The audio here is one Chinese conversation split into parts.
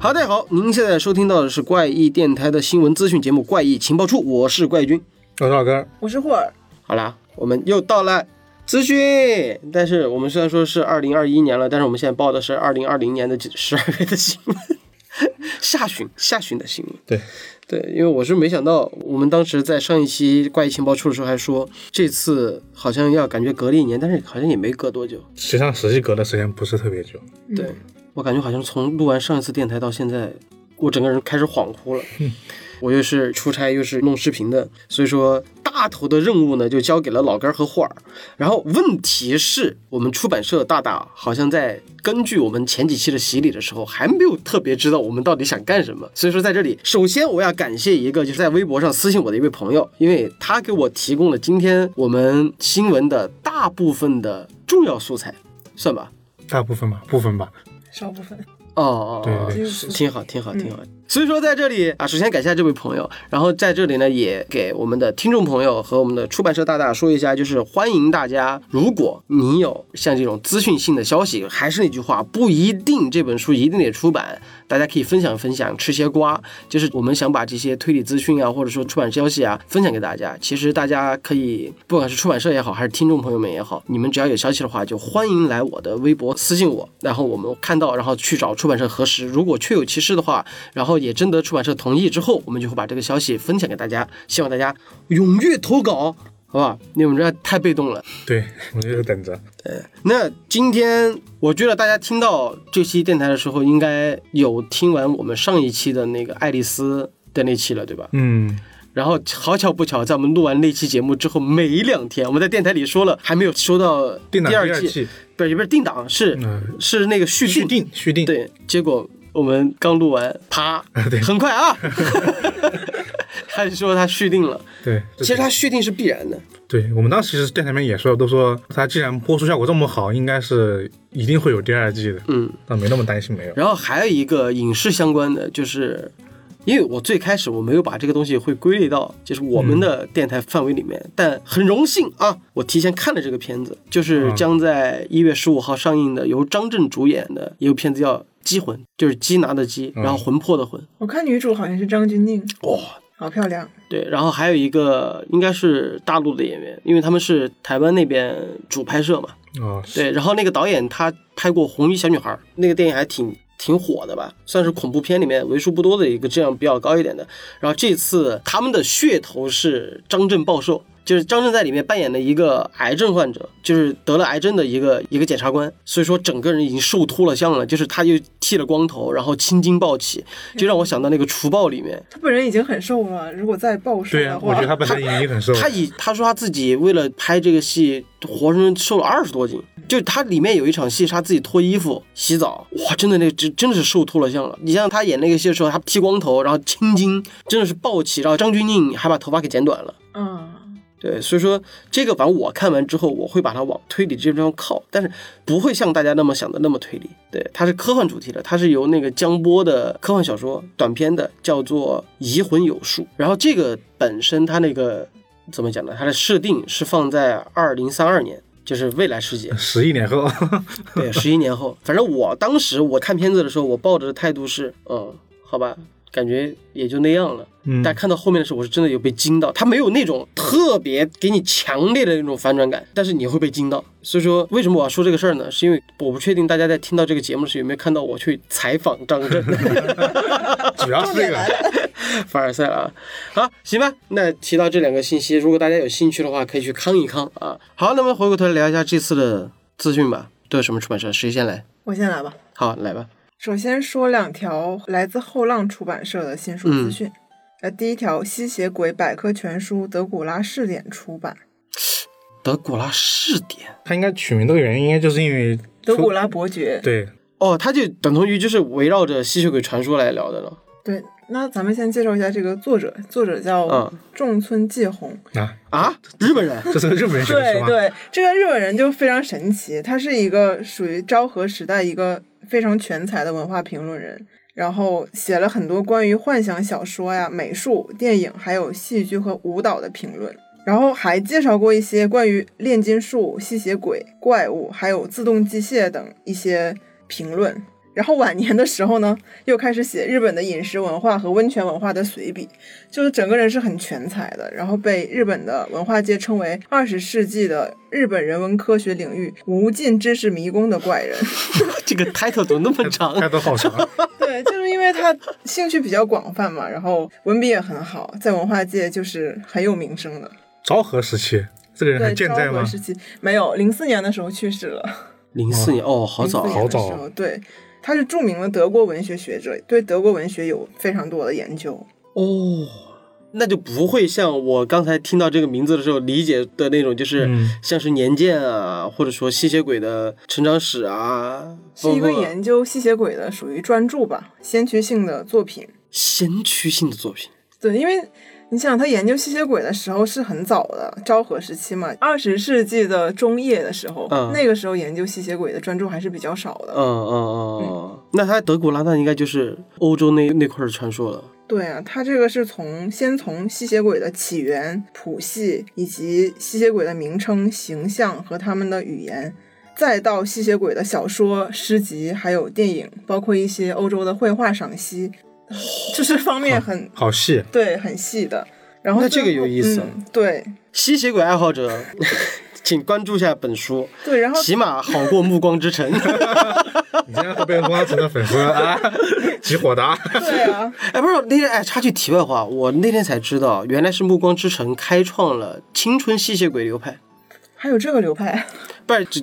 大家好，您现在收听到的是怪异电台的新闻资讯节目《怪异情报处》，我是怪君。我是老根儿，我是霍尔，好啦，我们又到了资讯，但是我们虽然说是二零二一年了，但是我们现在报的是二零二零年的十二月的新闻，下旬下旬的新闻。对对，因为我是没想到，我们当时在上一期怪异情报处的时候还说，这次好像要感觉隔了一年，但是好像也没隔多久。实际上实际隔的时间不是特别久，对、我感觉好像从录完上一次电台到现在，我整个人开始恍惚了。我又是出差又是弄视频的，所以说大头的任务呢就交给了老根儿和霍尔。然后问题是我们出版社大大好像在根据我们前几期的洗礼的时候，还没有特别知道我们到底想干什么。所以说在这里，首先我要感谢一个就是在微博上私信我的一位朋友，因为他给我提供了今天我们新闻的大部分的重要素材，算吧。大部分吧，部分吧，少部分，哦哦，对哦对对是挺好，挺好，挺好。所以说，在这里啊，首先感谢这位朋友，然后在这里呢，也给我们的听众朋友和我们的出版社大大说一下，就是欢迎大家，如果你有像这种资讯性的消息，还是那句话，不一定这本书一定得出版，大家可以分享分享，吃些瓜。就是我们想把这些推理资讯啊，或者说出版消息啊，分享给大家。其实大家可以，不管是出版社也好，还是听众朋友们也好，你们只要有消息的话，就欢迎来我的微博私信我，然后我们看到，然后去找出版社核实。如果确有其事的话，然后也征得出版社同意之后，我们就会把这个消息分享给大家。希望大家踊跃投稿，好吧？你们这太被动了。对， 我们就是等着。那今天我觉得大家听到这期电台的时候，应该有听完我们上一期的那个爱丽丝的那期了，对吧？嗯，然后好巧不巧，在我们录完那期节目之后没两天，我们在电台里说了还没有收到第定档二第二季，不是也不是定档，是、嗯是那个续续订。订续订，，对，结果我们刚录完，啪 对很快啊， 他就说他续订了。对，其实他续订是必然的，对我们当时其实电台里面也说，都说它既然播出效果这么好，应该是一定会有第二季的，嗯。但没那么担心没有。然后还有一个影视相关的，就是因为我最开始我没有把这个东西会归类到就是我们的电台范围里面，但很荣幸啊，我提前看了这个片子，就是将在一月十五号上映的由张震主演的一部片子叫《鸡魂》，就是鸡拿的鸡，然后魂魄的魂。我看女主好像是张钧甯，哇、好漂亮，对，然后还有一个应该是大陆的演员，因为他们是台湾那边主拍摄嘛，哦，对，然后那个导演他拍过《红衣小女孩》，那个电影还挺挺火的吧，算是恐怖片里面为数不多的一个质量比较高一点的。然后这次他们的噱头是张震暴瘦。就是张震在里面扮演了一个癌症患者，就是得了癌症的一个一个检察官，所以说整个人已经瘦脱了相了，就是他又剃了光头，然后青筋暴起，就让我想到那个《除暴》里面，她本人已经很瘦了，如果再暴瘦对的啊，话，我觉得他本身已经很瘦了，他以他说他自己为了拍这个戏，活生生瘦了二十多斤。就他里面有一场戏，是他自己脱衣服洗澡，哇，真的那真真的是瘦脱了相了。你像他演那个戏的时候，他剃光头，然后青筋，真的是暴起，然后张钧甯还把头发给剪短了。嗯，对，所以说这个反正我看完之后，我会把它往推理这边靠，但是不会像大家那么想的那么推理。对，它是科幻主题的，它是由那个江波的科幻小说短篇的，叫做《移魂有术》。然后这个本身它那个怎么讲呢？它的设定是放在二零三二年，就是未来世界。十一年后， 对，十一年后，反正我当时我看片子的时候，我抱着的态度是，嗯，好吧，感觉也就那样了。嗯但看到后面的时候，我是真的有被惊到，它没有那种特别给你强烈的那种反转感，但是你会被惊到。所以说，为什么我要说这个事儿呢？是因为我不确定大家在听到这个节目时有没有看到我去采访张震， 主要是这个，凡尔赛了啊。好，行吧，那提到这两个信息，如果大家有兴趣的话，可以去康一康啊。好，那么回过头来聊一下这次的资讯吧，都有什么出版社？谁先来？我先来吧。好，来吧。首先说两条来自后浪出版社的新书资嗯讯。呃，第一条《吸血鬼百科全书》德古拉试点出版，德古拉试点他应该取名这个原因，应该就是因为德古拉伯爵。对哦，它就等同于就是围绕着吸血鬼传说来聊的了。对，那咱们先介绍一下这个作者，作者叫嗯仲村纪宏。啊，啊，日本人这是个日本人写的是对吧？对，这个日本人就非常神奇，他是一个属于昭和时代一个非常全才的文化评论人，然后写了很多关于幻想小说呀、美术、电影，还有戏剧和舞蹈的评论。然后还介绍过一些关于炼金术、吸血鬼、怪物，还有自动机械等一些评论。然后晚年的时候呢，又开始写日本的饮食文化和温泉文化的随笔，就是整个人是很全才的，然后被日本的文化界称为二十世纪的日本人文科学领域无尽知识迷宫的怪人。 这个 title 怎么那么长？开头好长，对，就是因为他兴趣比较广泛嘛，然后文笔也很好，在文化界就是很有名声的。昭和时期，这个人还对，健昭在和吗？时期没有，零四年的时候去世了。零四年哦，好早04啊，年的时候，对，他是著名的德国文学学者，对德国文学有非常多的研究。哦，那就不会像我刚才听到这个名字的时候理解的那种，就是嗯像是年鉴啊，或者说吸血鬼的成长史啊，是一个包括研究吸血鬼的，属于专著吧，先驱性的作品。先驱性的作品。对，因为你想，他研究吸血鬼的时候是很早的，昭和时期嘛，二十世纪的中叶的时候，嗯那个时候研究吸血鬼的专著还是比较少的。嗯嗯嗯嗯，那他德古拉那应该就是欧洲那那块儿传说了。对啊，他这个是从先从吸血鬼的起源、谱系以及吸血鬼的名称、形象和他们的语言，再到吸血鬼的小说、诗集，还有电影，包括一些欧洲的绘画赏析，就是方面很好细，对很细的。然后嗯那这个最有后意思啊嗯对吸血鬼爱好者， 请关注一下本书，对，然后起码好过《暮光之城》。 你竟然会被汪阿成的粉丝 啊急火的啊，对啊，哎，不是那天哎，插句题外话，我那天才知道，原来是《暮光之城》开创了青春吸血鬼流派。还有这个流派，不是，只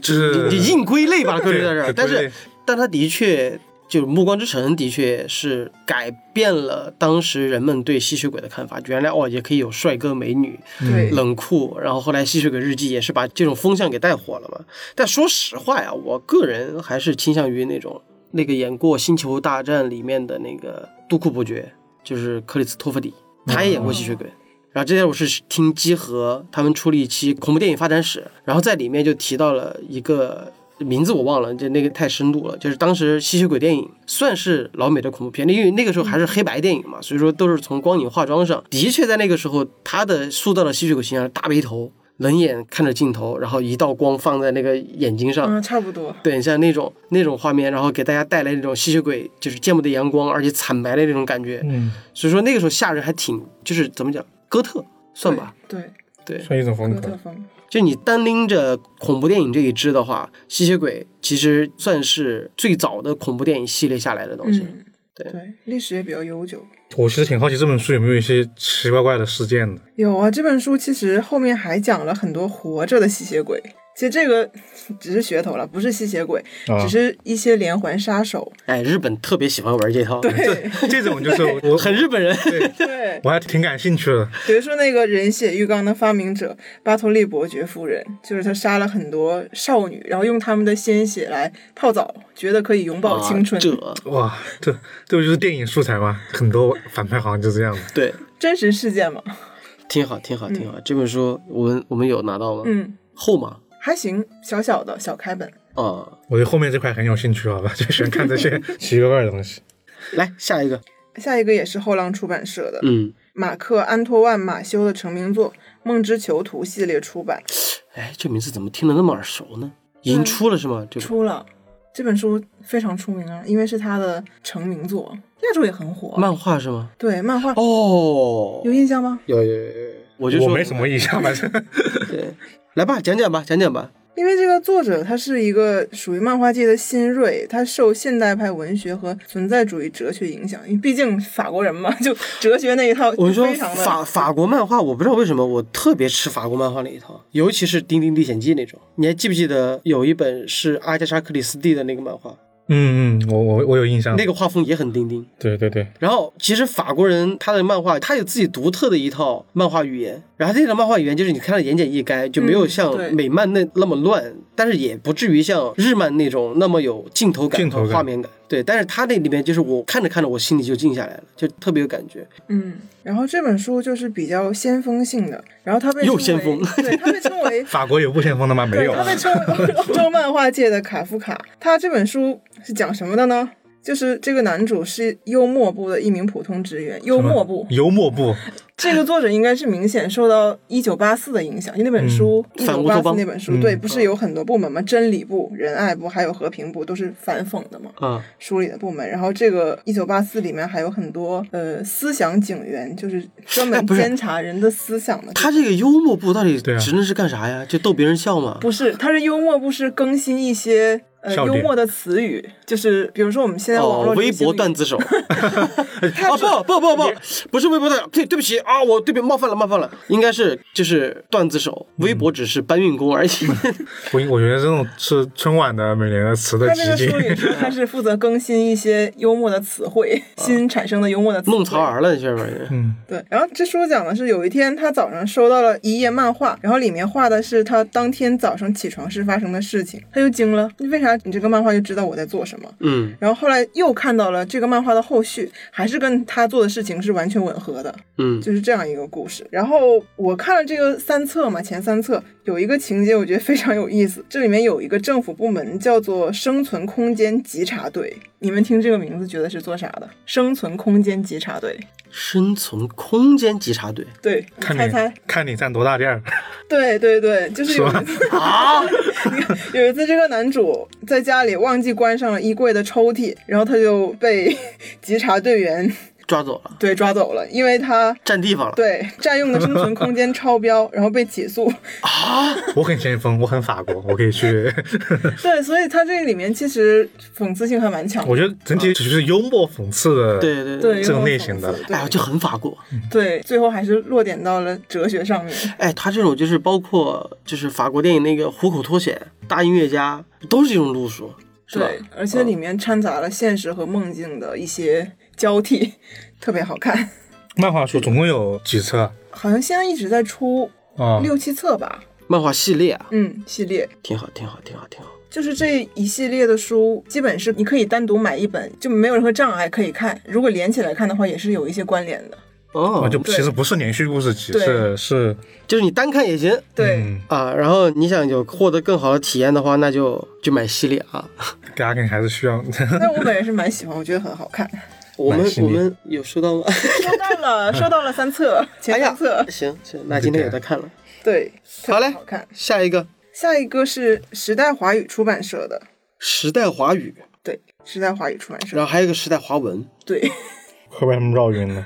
只是你你硬归类吧，归类在这儿。对但归是类，但它的确就是《暮光之城》，的确是改变了当时人们对吸血鬼的看法。原来哦，也可以有帅哥美女、对，冷酷，然后后来《吸血鬼日记》也是把这种风向给带火了嘛。但说实话呀，我个人还是倾向于那种那个演过《星球大战》里面的那个杜库伯爵，就是克里斯托弗里，他也演过吸血鬼。然后之前我是听基和他们出了一期恐怖电影发展史，然后在里面就提到了一个名字我忘了，就那个太深度了。就是当时吸血鬼电影算是老美的恐怖片，因为那个时候还是黑白电影嘛，所以说都是从光影化妆上，的确在那个时候他的塑造的吸血鬼形象大背头。冷眼看着镜头，然后一道光放在那个眼睛上，嗯，差不多，对，像那种那种画面，然后给大家带来那种吸血鬼就是见不得阳光，而且惨白的那种感觉。嗯，所以说那个时候吓人还挺，就是怎么讲，哥特算吧。对，对，算一种风哥特格，风，就你单拎着恐怖电影这一支的话，吸血鬼其实算是最早的恐怖电影系列下来的东西。嗯，对对，历史也比较悠久。我其实挺好奇这本书有没有一些奇奇怪怪的事件的，有啊，这本书其实后面还讲了很多活着的吸血鬼。其实这个只是噱头了，不是吸血鬼，啊只是一些连环 杀手。哎，日本特别喜欢玩这套，对这种就是我很日 本人。对，我还挺感兴趣的，比如说那个人血浴缸的发明者巴托利伯爵夫人，就是她杀了很多少女，然后用她们的鲜血来泡澡，觉得可以永葆青春。啊、这哇，这这不就是电影素材吗？很多反派好像就这样的，对，真实事件嘛，挺好，挺好，挺好。这本书我们我们有拿到吗？嗯，厚吗？还行，小小的小开本。啊、我对后面这块很有兴趣，好吧，就喜欢看这些奇奇怪怪的 东西。来下一个，下一个也是后浪出版社的，嗯。马克·安托万·马修的成名作《梦之囚徒》系列出版，哎，这名字怎么听着那么耳熟呢？已经出了是吗？这个嗯出了这本书非常出名啊，因为是他的成名作，亚洲也很火。漫画是吗？对漫画、哦，有印象吗？有有有有，我就我说没什么印象， 嗯反正对，来吧，讲讲吧，讲讲吧。因为这个作者他是一个属于漫画界的新锐，他受现代派文学和存在主义哲学影响，因为毕竟法国人嘛， 就哲学那一套我说非常的 法法国漫画，我不知道为什么我特别吃法国漫画那一套，尤其是《丁丁历险记》那种。你还记不记得有一本是阿加莎·克里斯蒂的那个漫画，嗯嗯，我我我有印象，那个画风也很丁丁。对对对，然后其实法国人他的漫画，他有自己独特的一套漫画语言，然后这套漫画语言就是你看了言简意赅，就没有嗯像对美漫那那么乱，但是也不至于像日漫那种那么有镜头感镜头和感画面感。对，但是他那里面就是我看着看着，我心里就静下来了，就特别有感觉。嗯。然后这本书就是比较先锋性的，然后他被又称为先锋对他被称 为法国有不先锋的吗？没对，有他，被称为 欧洲漫画界的卡夫卡。他这本书是讲什么的呢？就是这个男主是幽默部的一名普通职员，幽默部幽默部，这个作者应该是明显受到《一九八四》的影响，因为那本嗯书《一反九乌八托四》邦那本书，嗯对，不是有很多部门吗？真理部、仁爱部还有和平部都是反讽的嘛，嗯啊，书里的部门。然后这个《一九八四》里面还有很多呃思想警员，就是专哎门不是监察人的思想的。他这个幽默部到底对啊职能是干啥呀？就逗别人笑吗？不是，他是幽默，不是更新一些呃笑幽点默的词语，就是比如说我们现在网哦络，微流行博语段子 手啊！他是不不不不，不是微博段，对对不起啊，我对不起冒犯了冒犯了，应该是就是段子手，嗯微博只是搬运工 而已。我我觉得这种是春晚的每年的词的他集这个锦书。里说他是负责更新一些幽默的词汇，啊新产生的幽默的词汇。弄潮儿了，这边人 嗯，对，然后这书讲的是有一天他早上收到了一页漫画，然后里面画的是他当天早上起床时发生的事情，他就惊了，为啥你这个漫画就知道我在做什么？嗯然后后来又看到了这个漫画的后续，还是跟他做的事情是完全吻合的，嗯，就是这样一个故事。然后我看了这个三册嘛，前三册有一个情节我觉得非常有意思，这里面有一个政府部门叫做生存空间稽查队，你们听这个名字觉得是做啥的？生存空间稽查队，生存空间稽查队对，你看猜猜你，看你占多大垫儿，对对对，就是有一次 啊，有一次，这个男主在家里忘记关上了衣柜的抽屉，然后他就被 稽查队员 抓走了，对抓走了，因为他占地方了对占用的生存空间超标，然后被起诉。啊！我很先锋，我很法国，我可以去。 对，所以他这个里面其实讽刺性还蛮强的。我觉得整体只是幽默讽刺的。对对对这种有类讽型刺的对哎呀，就很法国。对，最后还是落点到了哲学上面。哎，他这种就是包括就是法国电影那个虎口脱险、大音乐家都是这种路数，是吧？对，而且里面掺杂了现实和梦境的一些交替，特别好看。漫画书总共有几册啊？好像现在一直在出啊六七册吧，漫画系列啊，嗯，系列。挺好，挺好，挺好，挺好。就是这一系列的书，基本是你可以单独买一本，就没有任何障碍可以看。如果连起来看的话，也是有一些关联的。哦，啊就对其实不是连续故事集，对是是，就是你单看也行对，嗯，啊，然后你想有获得更好的体验的话，那就就买系列啊。大家肯定还是需 要。但我本人是蛮喜欢，我觉得很好 看。我们买系我列们有收 到吗？收到了，收到了三册，哎前呀三册，，行行，那今天有的看了。对，特 别好嘞好看。下一个下一个是时代华语出版社的，时代华语，对，时代华语出版社，然后还有一个时代华文。对，快被他们绕晕了。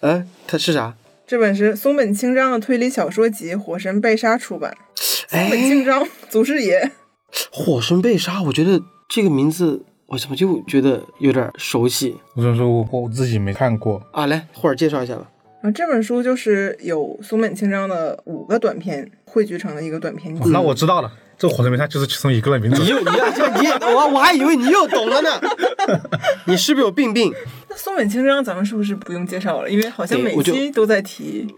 哎，它是啥？这本是松本清张的推理小说集《火神被杀》出版，松本哎，清张， 祖师爷，火神被杀，我觉得这个名字我怎么就觉得有点熟悉我只能说我我自己没看过，啊？来，或者介绍一下吧。然啊后这本书就是有松本清张的五个短篇汇聚成的一个短哦篇集。那我知道了，这火神没他就是其中一个的名字你。又你又这你也我我还以为你又懂了 呢，你是不是有病病？那松本清张咱们是不是不用介绍了？因为好像对每我就期都在提。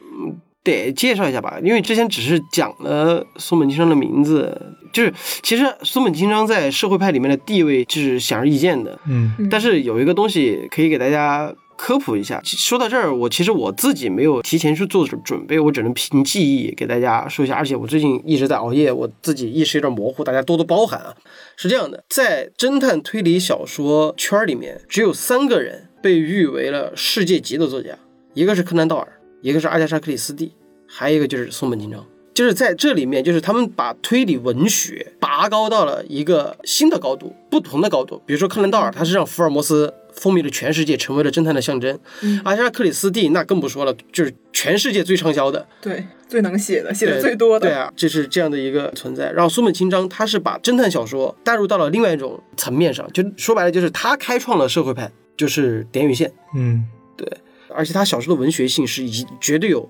得介绍一下吧，因为之前只是讲了松本清张的名字，就是其实松本清张在社会派里面的地位就是显而易见的，嗯，嗯但是有一个东西可以给大家科普一下。其说到这儿，我其实我自己没有提前去做准准备，我只能凭记忆给大家说一下。而且我最近一直在熬夜，我自己意识有点模糊，大家多多包涵啊。是这样的，在侦探推理小说圈儿里面，只有三个人被誉为了世界级的作家，一个是柯南道尔，一个是阿加莎克里斯蒂，还有一个就是松本清张。就是在这里面，就是他们把推理文学拔高到了一个新的高度，不同的高度。比如说柯南道尔，他是让福尔摩斯风靡了全世界，成为了侦探的象征。嗯阿加莎·克里斯蒂那更不说了，就是全世界最畅销的，对，最能写的，写的对最多的。对啊，就是这样的一个存在。然后松本清张他是把侦探小说带入到了另外一种层面上，就说白了就是他开创了社会派，就是点与线，嗯，而且他小说的文学性是以绝对有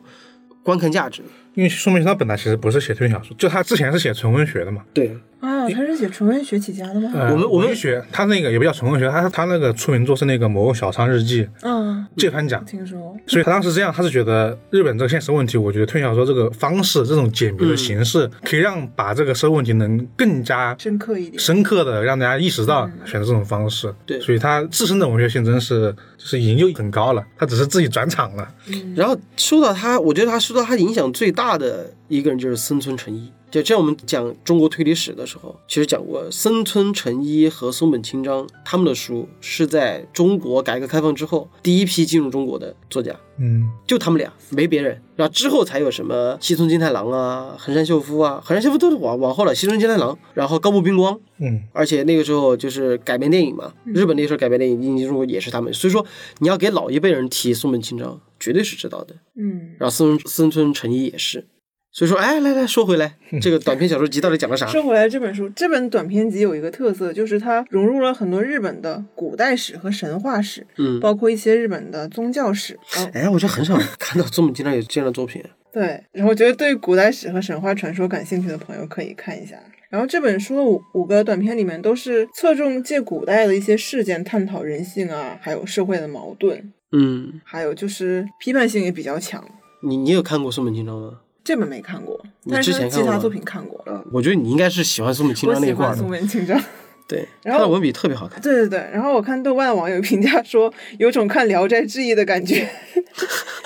观看价值的。因为说明他本来其实不是写推理小说，就他之前是写纯文学的嘛。对，啊，他是写纯文学起家的吗？呃我们我们文学，他那个也不叫纯文学，他他那个出名作是那个《魔偶小仓日记》嗯，这番奖。听说。所以他当时这样，他是觉得日本这个现实问题，我觉得推理小说这个方式，这种解谜的形式，嗯可以让把这个社会问题能更加深刻一点，深刻的让大家意识到选择这种方式。嗯对所以他自身的文学性真是就是已经又很高了，他只是自己转场了。然后说到他，我觉得他受到他影响最大的一个人就是森村诚一。就这样，我们讲中国推理史的时候，其实讲过森村诚一和松本清张他们的书是在中国改革开放之后第一批进入中国的作家，嗯，就他们俩，没别人。然后之后才有什么西村金太郎啊、横山秀夫啊，横山秀夫都是往往后了，西村金太郎，然后高木彬光，嗯，而且那个时候就是改编电影嘛，日本那时候改编电影引进中国也是他们，所以说你要给老一辈人提松本清张，绝对是知道的。嗯，然后森森村诚一也是，所以说，哎，来来说回来，这个短篇小说集到底讲了啥？说回来，这本书这本短篇集有一个特色，就是它融入了很多日本的古代史和神话史，嗯，包括一些日本的宗教史。 然后哎，我就很少看到这么经常有这样的作品。对，然后我觉得对古代史和神话传说感兴趣的朋友可以看一下。然后这本书的五五个短片里面都是侧重借古代的一些事件探讨人性啊，还有社会的矛盾，嗯，还有就是批判性也比较强。你你有看过松本清张吗？这本没看过，你但是之前看其过他吗作品看过了。我觉得你应该是喜欢松本清我张那喜一块欢儿松的，本清张。对，然他后的文笔特别好看。对对对，然后我看豆瓣网友评价说，有种看《聊斋志异》的感觉，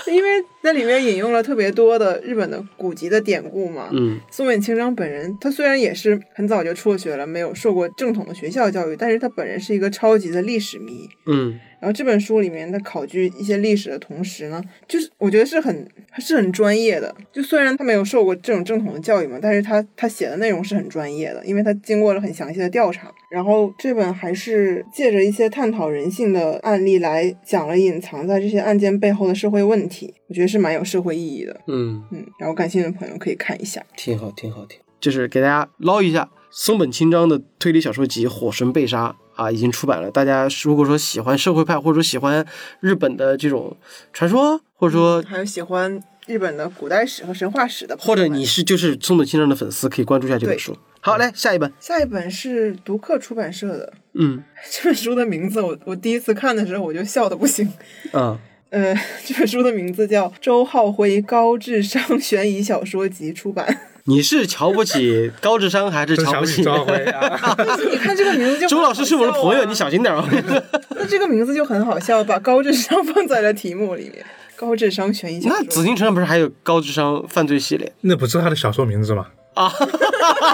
因为那里面引用了特别多的日本的古籍的典故嘛。嗯松本清张本人，他虽然也是很早就辍学了，没有受过正统的学校教育，但是他本人是一个超级的历史迷。嗯，然后这本书里面，他考据一些历史的同时呢，就是我觉得是很是很专业的。就虽然他没有受过这种正统的教育嘛，但是他他写的内容是很专业的，因为他经过了很详细的调查。然后这本还是借着一些探讨人性的案例来讲了隐藏在这些案件背后的社会问题，我觉得是蛮有社会意义的。嗯，嗯，然后感兴趣的朋友可以看一下。挺好，挺好，挺好就是给大家捞一下松本清张的推理小说集《火神被杀》啊，已经出版了。大家如果说喜欢社会派，或者说喜欢日本的这种传说，或者说还有喜欢日本的古代史和神话史的朋或友者们，你是就是松本清张的粉丝，可以关注一下这本对书。好，来下一本，下一本是读客出版社的。嗯 这本书的名字我，我第一次看的时候我就笑的不行。啊，呃，这本书的名字叫《周浩辉高智商悬疑小说集》，出版。 你是瞧不起高智商还是真瞧瞧不不起 起？赵辉啊，但是你看这个名字就、周老师是我的朋友，你想，小心点啊！ 那这个名字就很好笑，把高智商放在了题目里面。高智商悬疑小那说，紫禁城不是还有高智商犯罪系列那不是他的小说名字吗？啊？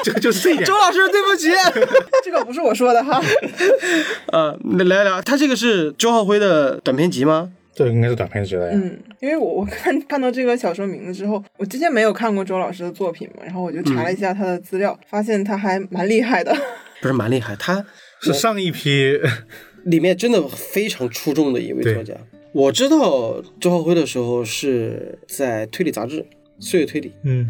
就就是这一点周，老师，对不起。 这个不是我说的哈。 呃，那聊一聊，他这个是周浩辉的短篇集吗？这应该是短篇集了呀。嗯，因为我我看看到这个小说名字之后，我之前没有看过周老师的作品嘛，然后我就查嗯了一下他的资料，发现他还蛮厉害的。 不是，蛮厉害，他是上一批， 里面真的非常出众的一位对作家。我知道周浩辉的时候是在推理杂志《岁月推理嗯，》，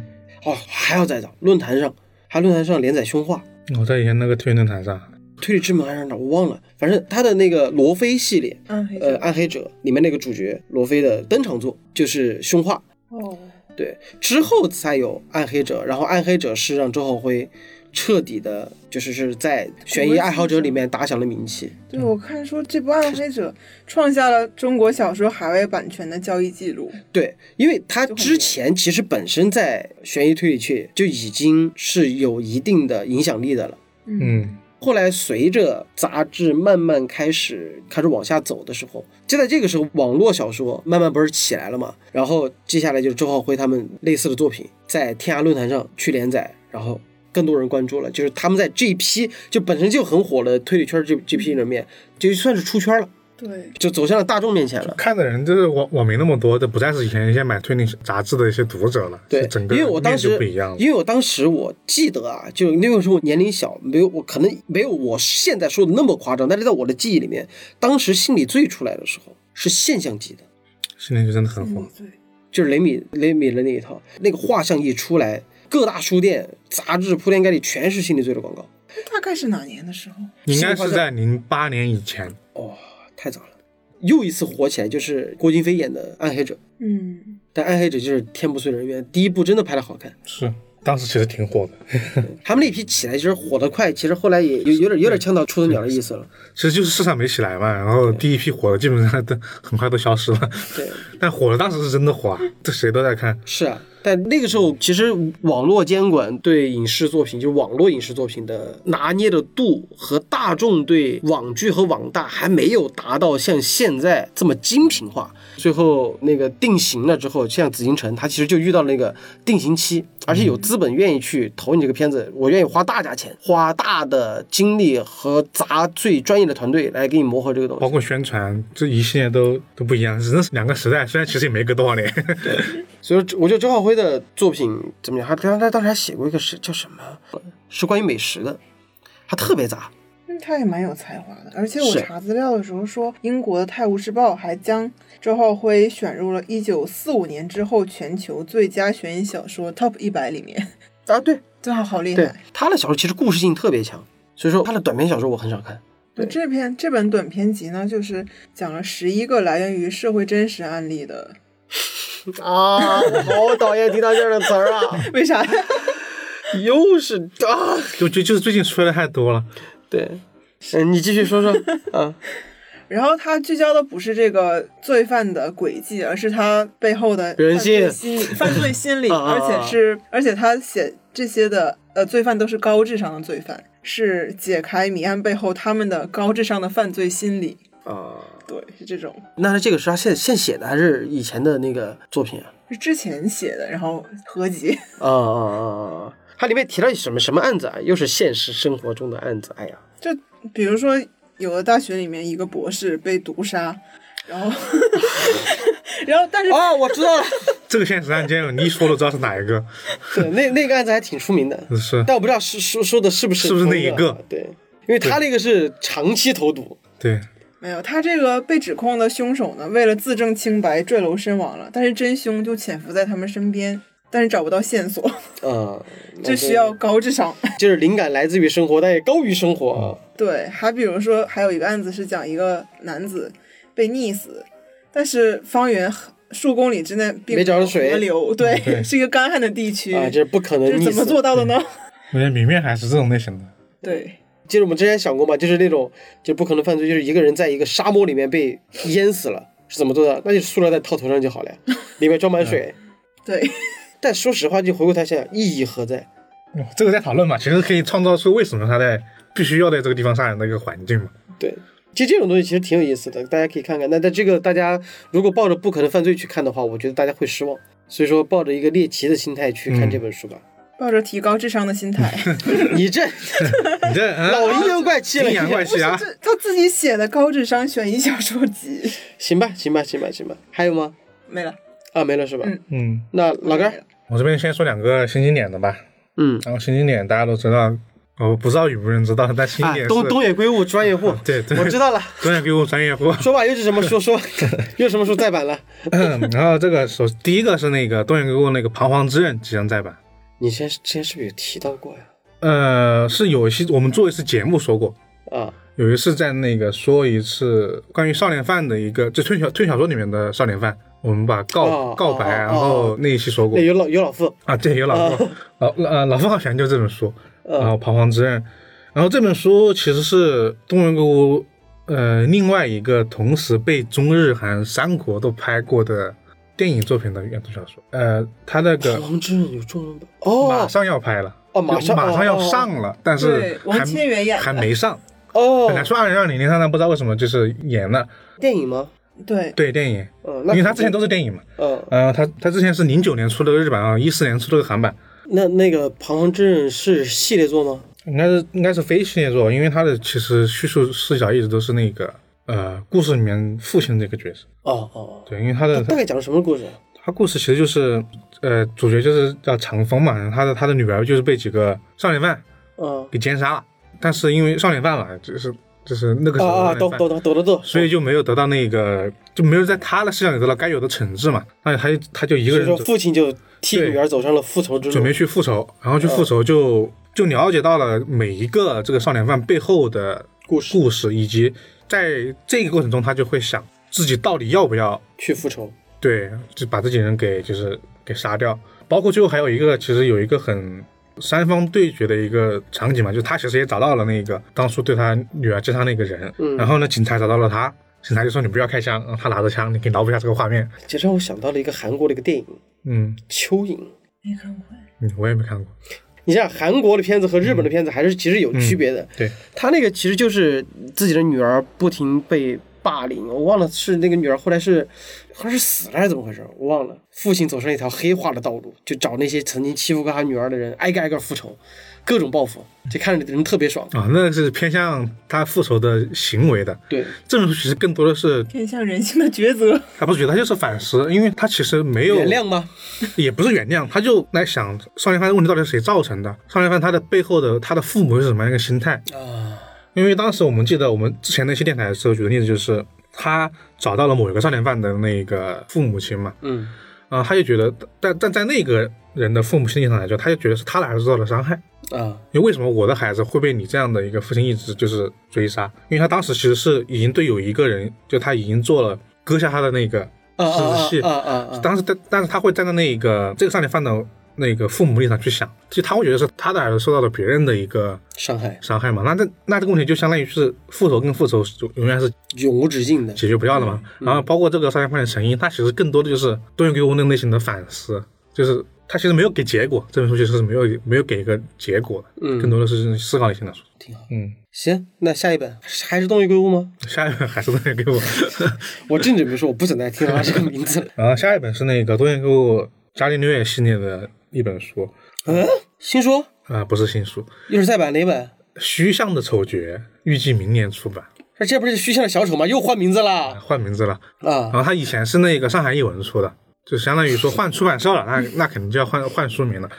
哦，还要再早论坛上，还论坛上连载凶话，我在以前那个推论坛上，推理之门还是哪儿我忘了，反正他的那个罗非系列，嗯，黑呃，《色暗黑者》里面那个主角罗非的登场作就是凶化，哦，对，之后才有《暗黑者》，然后《暗黑者》是让周浩辉彻底的，就是是在悬疑爱好者里面打响了名气。对，我看说这部《暗黑者》创下了中国小说海外版权的交易记录。对，因为他之前其实本身在悬疑推理界就已经是有一定的影响力的了。嗯，后来随着杂志慢慢开始开始往下走的时候，就在这个时候，网络小说慢慢不是起来了嘛？然后接下来就是周浩辉他们类似的作品在天涯论坛上去连载，然后更多人关注了，就是他们在这一批就本身就很火的推理圈这这批人面，就算是出圈了，对，就走向了大众面前了。看的人就是网网没那么多，这不再是以前一些买推理杂志的一些读者了，对就，整个因为我当面时就不一样了因。为我当时我记得啊，就那个时候我年龄小，没有我可能没有我现在说的那么夸张，但是在我的记忆里面，当时心理罪出来的时候是现象级的，现在就真的很火嗯，对，就是雷米雷米的那一套，那个画像一出来，各大书店、杂志铺天盖地全是心理罪的广告，那大概是哪年的时候？应该是在零八年以前。哦，太早了。又一次火起来就是郭京飞演的《暗黑者》，嗯，但《暗黑者》就是天不遂人愿，第一部真的拍的好看，是，当时其实挺火的。他们那批起来其实火得快，其实后来也有有点有点呛到出头鸟的意思了。其实就是市场没起来嘛，然后第一批火的基本上都很快都消失了。对， 但火了当时是真的火啊，这谁都在看。是啊，但那个时候其实网络监管对影视作品，就网络影视作品的拿捏的度和大众对网剧和网大还没有达到像现在这么精品化。最后那个定型了之后，像《紫禁城》，它其实就遇到了那个定型期，而且有资本愿意去投你这个片子，我愿意花大价钱、花大的精力和砸最专业的团队来给你磨合这个东西包。括宣传，这一系列都都不一样，真的是两个时代。虽然其实也没隔多少年， 所以我觉得周浩辉的作品怎么样？他他他当时还写过一个是叫什么？是关于美食的，他特别杂。嗯，他也蛮有才华的，而且我是查资料的时候说，英国的《泰晤士报》还将周浩辉选入了一九四五年之后全球最佳悬疑小说 Top 一百里面，啊，对真的好厉对害！，他的小说其实故事性特别强，所以说他的短篇小说我很少看。对这篇这本短篇集呢，就是讲了十一个来源于社会真实案例的， 啊，我好讨厌听到这样的词儿啊！为啥？又是啊，就就就是最近吹的太多了。对，嗯，你继续说说，嗯，然后他聚焦的不是这个罪犯的轨迹，而是他背后的人性犯罪心理、犯罪心 理，啊啊啊而且是而且他写这些的呃罪犯都是高智商的罪犯，是解开谜案背后他们的高智商的犯罪心理。啊，对，是这种，那他这个是他现现写的还是以前的那个作品啊？是之前写的，然后合集。 啊啊啊啊！啊它里面提到什么什么案子啊？又是现实生活中的案子，哎呀，就比如说，有的大学里面一个博士被毒杀，然后 然后但是哦，我知道了，这个现实案件，你一说都知道是哪一个， 对，那那个案子还挺出名的，是但我不知道是说说的是不是是不是同那一个？对，因为他那个是长期投毒，对，没有，他这个被指控的凶手呢，为了自证清白坠楼身亡了，但是真凶就潜伏在他们身边，但是找不到线索，嗯，这需要高智商。 就是灵感来自于生活，但也高于生活啊。对，还比如说还有一个案子是讲一个男子被溺死，但是方圆数公里之内并没找着有水河流，对，对是一个干旱的地嗯区，啊，这不可能这是溺怎么死。做到的呢？ 我觉得里面还是这种类型的。对，就是我们之前想过嘛，就是那种就不可能犯罪，就是一个人在一个沙漠里面被淹死了，是怎么做的？那就塑料袋套头上就好了呀，里面装满水。嗯对，但说实话，就回过头想想，意义何在？嗯这个在讨论嘛，其实可以创造出为什么他在必须要在这个地方杀人的一个环境嘛。对，其实这种东西其实挺有意思的，大家可以看看。那在这个大家如果抱着不可能犯罪去看的话，我觉得大家会失望。所以说，抱着一个猎奇的心态去嗯看这本书吧。抱着提高智商的 心态。你这你这、嗯、老阴阳怪气了，阴阳怪气啊！这他自己写的高智商悬疑小说集 行吧，行吧，行吧，行吧。还有吗？没了，啊，没了是吧？嗯嗯，那老没根了儿，我这边先说两个新经典的吧。嗯，然后新经典大家都知道，我不知道有没有人知道，但新经啊典，是、东东野圭吾专业户，对 对我知道了。东野圭吾专业户。说吧，又是什么书？说 又什么书再版了？嗯然后这个首第一个是那个东野圭吾那个《彷徨之刃》即将再版，你之前之前是不是有提到过呀？呃，是有一期我们做一次节目说过，啊，有一次在那个说一次关于少年犯的一个，就推小推小说里面的少年犯，我们把告、哦告白，哦哦然后那一期说过那有哦老有老傅，啊，对，有老傅、老呃老傅好像就这本书，然后嗯《彷徨之刃》，然后这本书其实是东野圭吾呃另外一个同时被中日韩三国都拍过的电影作品的原著小说，呃，他那《个螳螂之刃》有中文版马哦上要拍了。哦，马上马上哦要哦哦上了，但对是王还千源演的还没上，本来哦，说二零二零年上，但不知道为什么就是延了。电影吗？对，对电影，嗯，那因为他之前都是电影嘛，嗯，呃，他他之前是零九年出的日版啊，一四年出的韩版，那那个《彷徨之刃》是系列作吗？应该是应该是非系列作，因为他的其实叙述视角一直都是那个呃故事里面父亲这个角色，哦哦，对，因为他的大概讲什么故事？他故事其实就是呃主角就是叫长风嘛，然后他的他的女儿就是被几个少年犯嗯给奸杀了，但是因为少年犯嘛，就是就是那个时啊候啊，少年懂犯懂懂懂得嗯懂，嗯所以就没有得到那个，就没有在他的视角里得到该有的惩治嘛。那他就他就一个所以人说走父亲就替对女儿走上了复仇之准路备。去复仇，然后去复仇就、就了解到了每一个这个少年犯背后的故事故事，以及在这个过程中，他就会想自己到底要不要去复仇，对，就把这几人给就是给杀掉。包括最后还有一个，其实有一个很三方对决的一个场景嘛，就他其实也找到了那个当初对他女儿奸杀那个人，嗯然后呢，警察找到了他，警察就说你不要开枪，然后他拿着枪，你可以脑补一下这个画面。这让我想到了一个韩国的一个电影《嗯，蚯蚓》。没看过。嗯我也没看过。你像韩国的片子和日本的片子还是其实有区别的。嗯对，他那个其实就是自己的女儿不停被霸凌，我忘了是那个女儿后来是后来是死了还是怎么回事，我忘了。父亲走上一条黑化的道路，就找那些曾经欺负过他女儿的人，挨个挨个复仇，各种报复，这看着人特别爽。啊，那是偏向他复仇的行为的。对，这本书其实更多的是偏向人性的抉择。他不是觉得他就是反思，因为他其实没有原谅吗？也不是原谅，他就来想少年犯的问题到底是谁造成的，少年犯他的背后的他的父母是什么样一个心态。啊，因为当时我们记得我们之前那期电台的时候举的例子就是，他找到了某一个少年犯的那个父母亲嘛，嗯，啊，他就觉得，但但在那个人的父母心理上来说，他就觉得是他的孩子受到了伤害。啊，因为为什么我的孩子会被你这样的一个父亲一直就是追杀？因为他当时其实是已经对有一个人，就他已经做了割下他的那个啊啊是是啊啊啊！当时但但是他会站在那个这个少年犯的那个父母立场去想，其实他会觉得是他的儿子受到了别人的一个伤害伤害嘛。那这那这个问题就相当于是复仇跟复仇就永远是永无止境的，解决不掉的嘛。然后包括这个少年犯的成因，他其实更多的就是多元给我那类型的反思，就是他其实没有给结果，这本书其实是没有没有给一个结果的，嗯更多的是思考类型的书。挺好。嗯，行，那下一本还是动物归物吗？下一本还是多元给我。 我正准备说，我不准再听到他这个名字了。然后下一本是那个多元给我伽利略系列的一本书，嗯，新书啊、不是新书，又是再版哪本？虚像的丑角预计明年出版，这这不是虚像的小丑吗？又换名字啦！换名字了。然啊，后他以前是那个上海译文出的，就相当于说换出版社了，那那肯定就要换换书名了。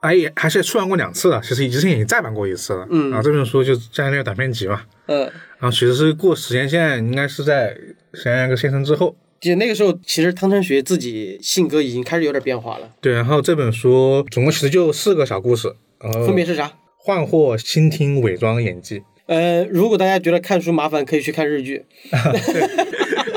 哎，也还是出版过两次了，其实之前已经再版过一次了。嗯然后这本书就《战略短篇集》嘛，嗯，然后其实是过时间线，应该是在沈阳个先生之后。就那个时候，其实汤川学自己性格已经开始有点变化了。对，然后这本书总共其实就四个小故事，然后分别是啥？换货、倾听、伪装、演技。 呃，如果大家觉得看书麻烦，可以去看日剧。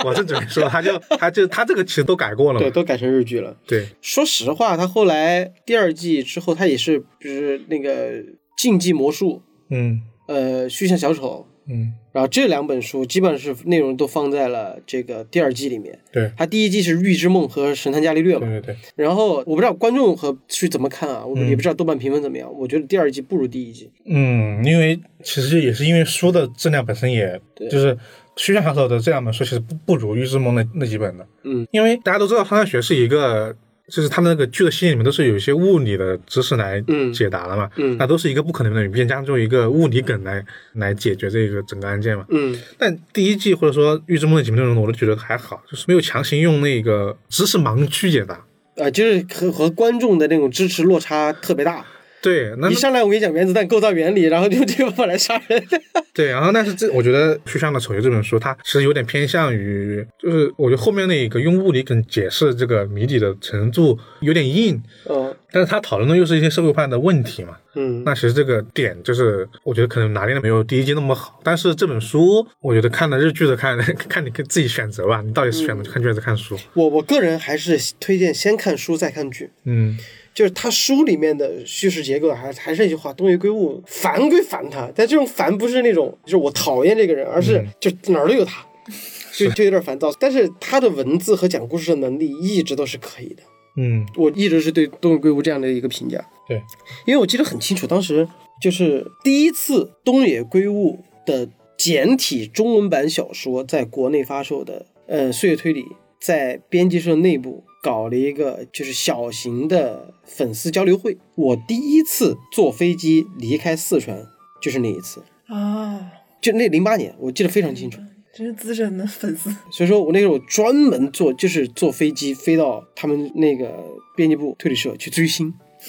我正准备说，他就他就他这个其实都改过了对，嘛。都改成日剧了。对，说实话，他后来第二季之后，他也是就是那个竞技魔术，嗯呃，虚像小丑，嗯，然后这两本书基本上是内容都放在了这个第二季里面。对他第一季是《预知梦》和《神探伽利略》嘛，对对对，然后我不知道观众和去怎么看啊，我嗯也不知道豆瓣评分怎么样。我觉得第二季不如第一季。嗯，因为其实也是因为书的质量本身也，对就是《虚像小丑》的这两本书其实不不如《预知梦》那那几本的。嗯，因为大家都知道，《苍兰学》是一个，就是它那个剧的戏里面都是有一些物理的知识来嗯解答的嘛，嗯那都是一个不可能的语变，加上就一个物理梗来来解决这个整个案件嘛。嗯但第一季或者说《预知梦》的几部内容，我都觉得还好，就是没有强行用那个知识盲区解答。啊，就是和和观众的那种支持落差特别大。对，那一上来我跟你讲原子弹构造原理，然后就这个法来杀人。对，然后但是这我觉得《虚像的丑角》这本书，它其实有点偏向于，就是我觉得后面那个用物理梗解释这个谜底的程度有点硬，嗯但是它讨论的又是一些社会派的问题嘛。嗯那其实这个点就是，我觉得可能拿捏的没有第一季那么好，但是这本书，我觉得看了日剧的看， 看你可以自己选择吧，你到底是嗯选择看剧还是看书？我我个人还是推荐先看书再看剧。嗯，就是他书里面的叙事结构还还是那句话，东野圭吾烦归烦他，但这种烦不是那种就是我讨厌这个人，而是就哪儿都有他，就就有点烦躁。但是他的文字和讲故事的能力一直都是可以的，嗯，我一直是对东野圭吾这样的一个评价。对，因为我记得很清楚，当时就是第一次东野圭吾的简体中文版小说在国内发售的，呃，《岁月推理》在编辑社内部搞了一个就是小型的粉丝交流会。我第一次坐飞机离开四川就是那一次，啊，就那零八年，我记得非常清楚。真是资深的粉丝。所以说我那时候专门坐就是坐飞机飞到他们那个编辑部推理社去追星，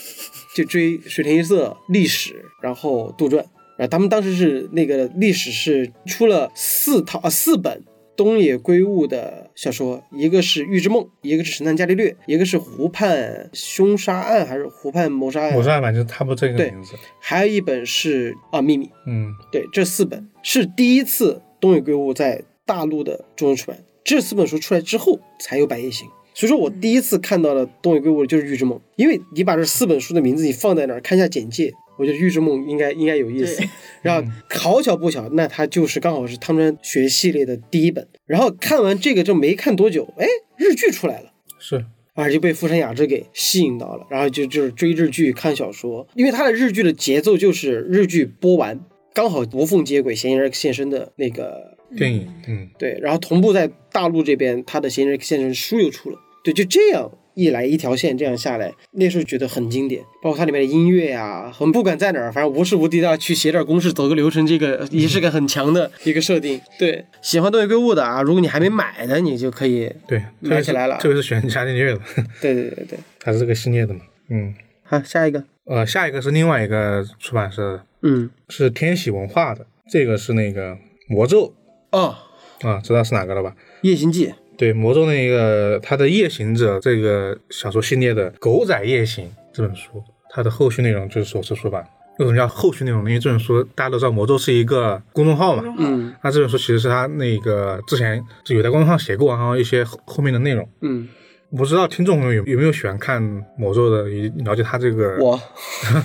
就追水田一色历史，然后杜撰。然后他们当时是那个历史是出了四套啊四本东野圭吾的小说，一个是《预知梦》，一个是《神探伽利略》，一个是《湖畔凶杀案》还是《湖畔谋杀案我》，说反正差不多这个嗯对名字，还有一本是啊秘密。嗯对，这四本是第一次东野圭吾在大陆的中文出版。这四本书出来之后，才有《百夜行》。所以说我第一次看到了东野圭吾就是《预知梦》，因为你把这四本书的名字你放在那儿，看一下简介，我觉得《预知梦》应该应该有意思对。然后好巧不巧，那它就是刚好是汤川学系列的第一本。然后看完这个就没看多久，哎，日剧出来了。是，啊，就被富山雅治给吸引到了，然后就就是追日剧、看小说，因为他的日剧的节奏就是日剧播完，刚好无缝接轨嫌疑人现身的那个电影，嗯，对，然后同步在大陆这边，他的嫌疑人现身书又出了，对，就这样一来一条线，这样下来，那时候觉得很经典，包括它里面的音乐呀、很不管在哪儿，反正无时无地都要去写点公式，走个流程，这个仪式感很强的一个设定。对，喜欢东野圭吾的啊，如果你还没买呢，你就可以，对，特买别起是来了特别是选加电乐的，对对对对， 它是这个系列的嘛，嗯，好，下一个，呃，下一个是另外一个出版社的，嗯，是天喜文化的，这个是那个魔咒哦，啊，知道是哪个了吧？ 《夜行记》，对，魔咒那个他的《夜行者》这个小说系列的《狗仔夜行》这本书，它的后续内容就是首次出版。为什么叫后续内容呢？因为这本书大家都知道，魔咒是一个公众号嘛，嗯那这本书其实是他那个之前就有在公众号写过，然后一些后后面的内容。嗯，不知道听众朋友有有没有喜欢看魔咒的，以了解他这个，我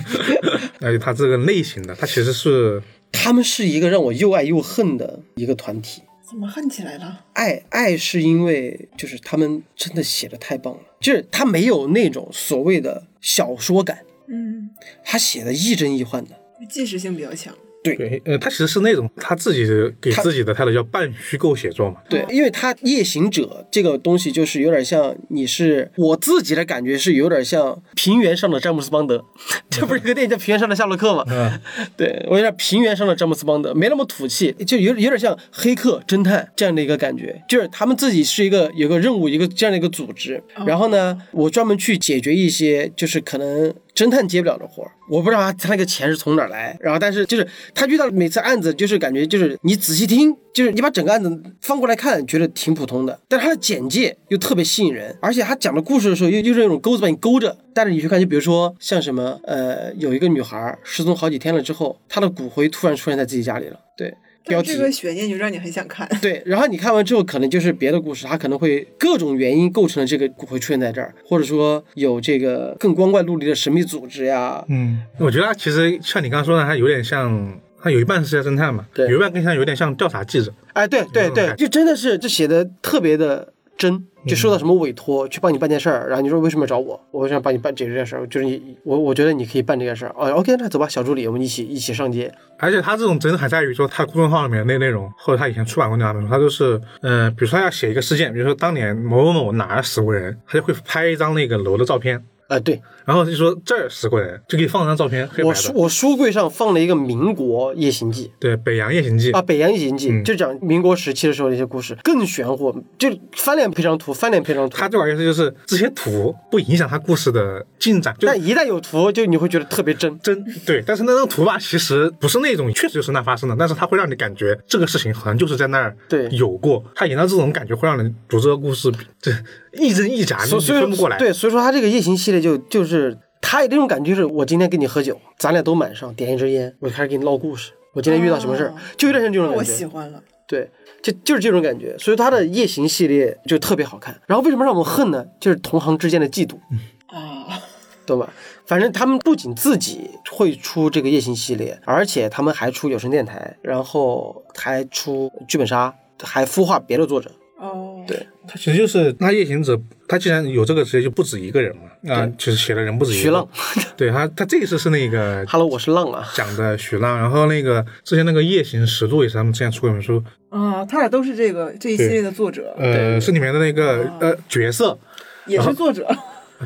了解他这个类型的，他其实是他们是一个让我又爱又恨的一个团体。怎么恨起来了？爱爱是因为就是他们真的写的太棒了，就是他没有那种所谓的小说感，嗯，他写的亦真亦幻的。即时性比较强。对，呃，他其实是那种他自己给自己的态度叫半虚构写作嘛。对，因为他夜行者这个东西就是有点像，你是我自己的感觉是有点像平原上的詹姆斯邦德， 这不是一个电影叫《平原上的夏洛克》吗？嗯， 对我有点平原上的詹姆斯邦德，没那么土气，就有有点像黑客侦探这样的一个感觉，就是他们自己是一个有个任务，一个这样的一个组织，然后呢，我专门去解决一些就是可能侦探接不了的活儿，我不知道他他那个钱是从哪儿来，然后但是就是他遇到每次案子，就是感觉就是你仔细听，就是你把整个案子翻过来看，觉得挺普通的，但是他的简介又特别吸引人，而且他讲的故事的时候又又是那种钩子把你勾着，带着你去看，就比如说像什么呃，有一个女孩儿失踪好几天了之后，她的骨灰突然出现在自己家里了，对。标但题这个悬念就让你很想看。对，然后你看完之后，可能就是别的故事，它可能会各种原因构成了这个骨灰出现在这儿，或者说有这个更光怪陆离的神秘组织呀，嗯，我觉得他其实像你刚刚说的，他有点像，他有一半是私家侦探嘛，对有一半更像有点像调查记者。哎，对嗯对对，就真的是这写的特别的真，就嗯收到什么委托去帮你办件事儿，然后你说为什么要找我？我想帮你办解决这事儿，就是你我我觉得你可以办这件事儿。哦，OK，那走吧，小助理，我们一起一起上街。而且他这种真的还在于说，他公众号里面的内内容，或者他以前出版过那样的内容，他就是，呃，比如说他要写一个事件，比如说当年某某某哪儿死过人，他就会拍一张那个楼的照片，啊、对然后就说这儿死过人，就给你放张照片，黑白我书的。我书柜上放了一个《民国夜行记》。对，《北洋夜行记》啊，《北洋夜行记》嗯就讲民国时期的时候的一些故事，更玄乎，就翻脸配张图，翻脸配张图。他这玩意儿就是这些图不影响他故事的进展，就但一旦有图，就你会觉得特别真。真对。但是那张图吧，其实不是那种确实就是那发生的，但是它会让你感觉这个事情好像就是在那儿对有过。他营造这种感觉，会让人读这个故事这亦真亦假，你所你所以分不过来。对，所以说他这个夜行系列就就是他有那种感觉，就是我今天跟你喝酒，咱俩都满上，点一支烟，我就开始给你唠故事。我今天遇到什么事儿哦，就有点像这那种我感喜觉。欢了，对，就就是这种感觉。所以他的夜行系列就特别好看。然后为什么让我们恨呢？就是同行之间的嫉妒。嗯啊，懂吧？反正他们不仅自己会出这个夜行系列，而且他们还出有声电台，然后还出剧本杀，还孵化别的作者。哦，对，他其实就是那夜行者，他既然有这个职业，就不止一个人嘛。啊、对其实写的人不止一个。徐浪，对他，他这一次是 那个 Hello，我是浪啊。讲的徐浪，然后那个之前那个《夜行实录》也是他们之前出过一本书，啊，他俩都是这个这一系列的作者，呃，是里面的那个呃角色，也是作者，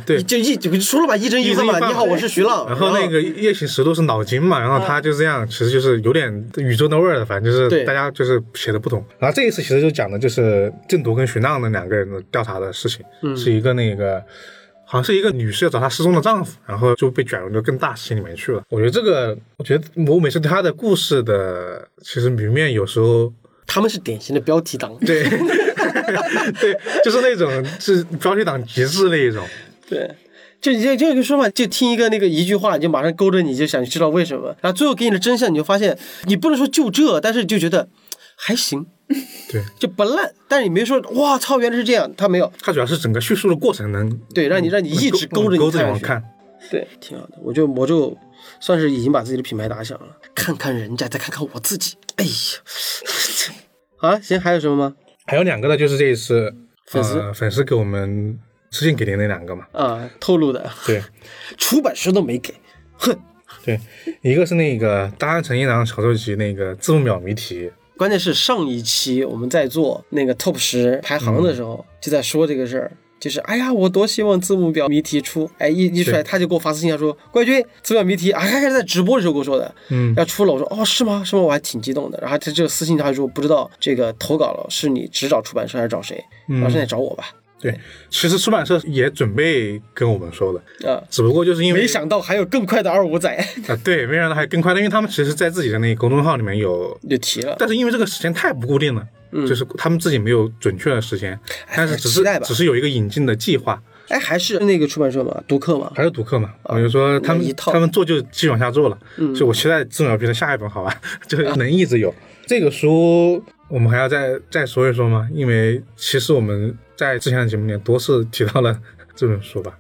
对。就一就说了吧，一真一幻一真一嘛。幻你好，我是徐浪。然后那个夜行实录是脑筋嘛，然后他就这样，其实就是有点宇宙的味儿了，反正就对是大家就是写的不同。然后这一次其实就讲的就是郑铎跟徐浪的两个人的调查的事情，是一个那个。好像是一个女士要找她失踪的丈夫，然后就被卷入到更大事情里面去了。我觉得这个，我觉得我每次对她的故事的其实明面有时候他们是典型的标题党。对 对，就是那种是标题党极致那一种。对，就你这这个说法，就听一个那个一句话，你就马上勾着你，就想知道为什么。然后最后给你的真相，你就发现你不能说就这，但是就觉得还行，对，就不烂。但是你没说哇操，原来是这样，他没有。它主要是整个叙述的过程能对，让你让你一直勾勾着你勾着你看往下去。看。对，挺好的。我觉得魔咒算是已经把自己的品牌打响了，看看人家，再看看我自己。哎呀， 好了，行，还有什么吗？还有两个呢，就是这一次粉丝呃、粉丝给我们私信给的那两个嘛，啊，透露的，对出版社都没给，哼，对，一个是那个《大安城一郎小说集》那个字母秒谜题，关键是上一期我们在做那个 top 十排行的时嗯候，就在说这个事儿。就是哎呀，我多希望字母表谜题出，哎一一出来对他就给我发私信，他说冠军字母表谜题啊，还是在直播的时候跟我说的，嗯要出了，我说哦是吗是吗，我还挺激动的。然后他这个私信他还说不知道这个投稿了是你只找出版社还是找谁，嗯然后现在找我吧，对，其实出版社也准备跟我们说的，啊、只不过就是因为没想到还有更快的二五 仔啊，对，没想到还更快的，因为他们其实在自己的那个公众号里面有，就提了，但是因为这个时间太不固定了，就是他们自己没有准确的时间，但是嗯哎期只是待吧只是有一个引进的计划，哎还是那个出版社嘛，读客嘛，还是读客嘛，我就说他那哦一们套嗯他们做就继续往下做了，所以我期待自秒变的下一本好吧， 就是能一直有这个书，我们还要再再说一说吗？因为其实我们在之前的节目里面多次提到了 这本书吧，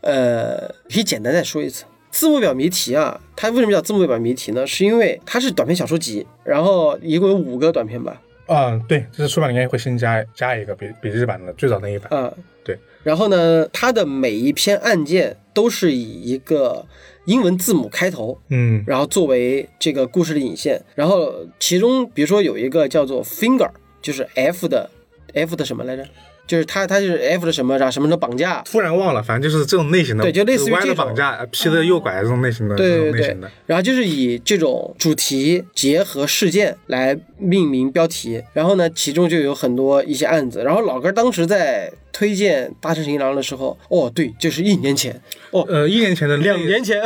呃，可以简单再说一次。字幕表谜题啊，它为什么叫字幕表谜题呢？是因为它是短篇小说集，然后一共有五个短篇吧，嗯，对，这次出版应该会新加加一个比比日版的最早那一版，啊、对。然后呢，它的每一篇案件都是以一个英文字母开头，嗯然后作为这个故事的引线。然后其中，比如说有一个叫做 finger，就是 F 的 F 的什么来着？就是它它就是 F 的什么啥什么的绑架，突然忘了，反正就是这种类型的，对就类似于是歪这的种绑架、劈的右拐这种类型的，这对种类对型的，然后就是以这种主题结合事件来命名标题，然后呢，其中就有很多一些案子。然后老哥当时在推荐《大城银狼》的时候，哦，对，就是一年前，哦，呃，一年前的那两年前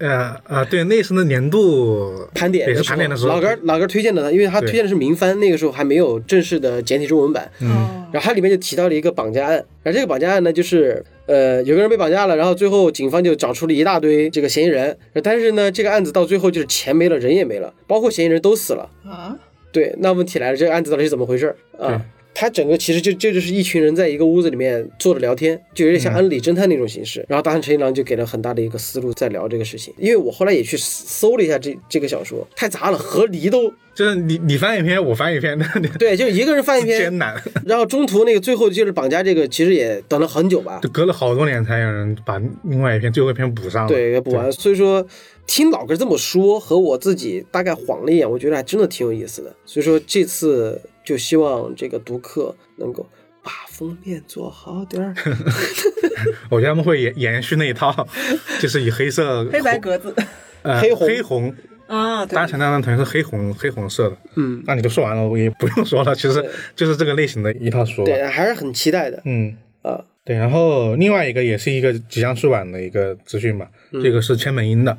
呃啊，对，那次的年度 盘点也的是时候盘点的时候，老哥老哥推荐的呢，因为他对推荐的是民番，那个时候还没有正式的简体中文版，嗯哦然后它里面就提到了一个绑架案，然后这个绑架案呢，就是呃有个人被绑架了，然后最后警方就找出了一大堆这个嫌疑人，但是呢这个案子到最后就是钱没了，人也没了，包括嫌疑人都死了。啊，对，那问题来了，这个案子到底是怎么回事儿对啊？他整个其实就这就是一群人在一个屋子里面坐着聊天，就有点像安理侦探那种形式。然后大汉陈一郎就给了很大的一个思路在聊这个事情，因为我后来也去搜了一下这这个小说，太杂了，和离都就是你你翻一篇，我翻一篇， 那那对，就一个人翻一篇艰，难，然后中途那个最后就是绑架这个，其实也等了很久吧，就隔了好多年才有人把另外一篇最后一篇补上了。对，也补完。所以说，听老哥这么说和我自己大概晃了一眼，我觉得还真的挺有意思的。所以说这次就希望这个读客能够把封面做好点儿。我觉得他们会延延续那一套， 就是以黑色、黑白格子呃、黑黑红红，啊，大家，对想当然是黑红黑红色的。嗯，那你都说完了，我也不用说了，其实就是这个类型的一套书。对，啊还是很期待的嗯。啊。对，然后另外一个也是一个即将出版的一个资讯吧，嗯这个是千本樱的，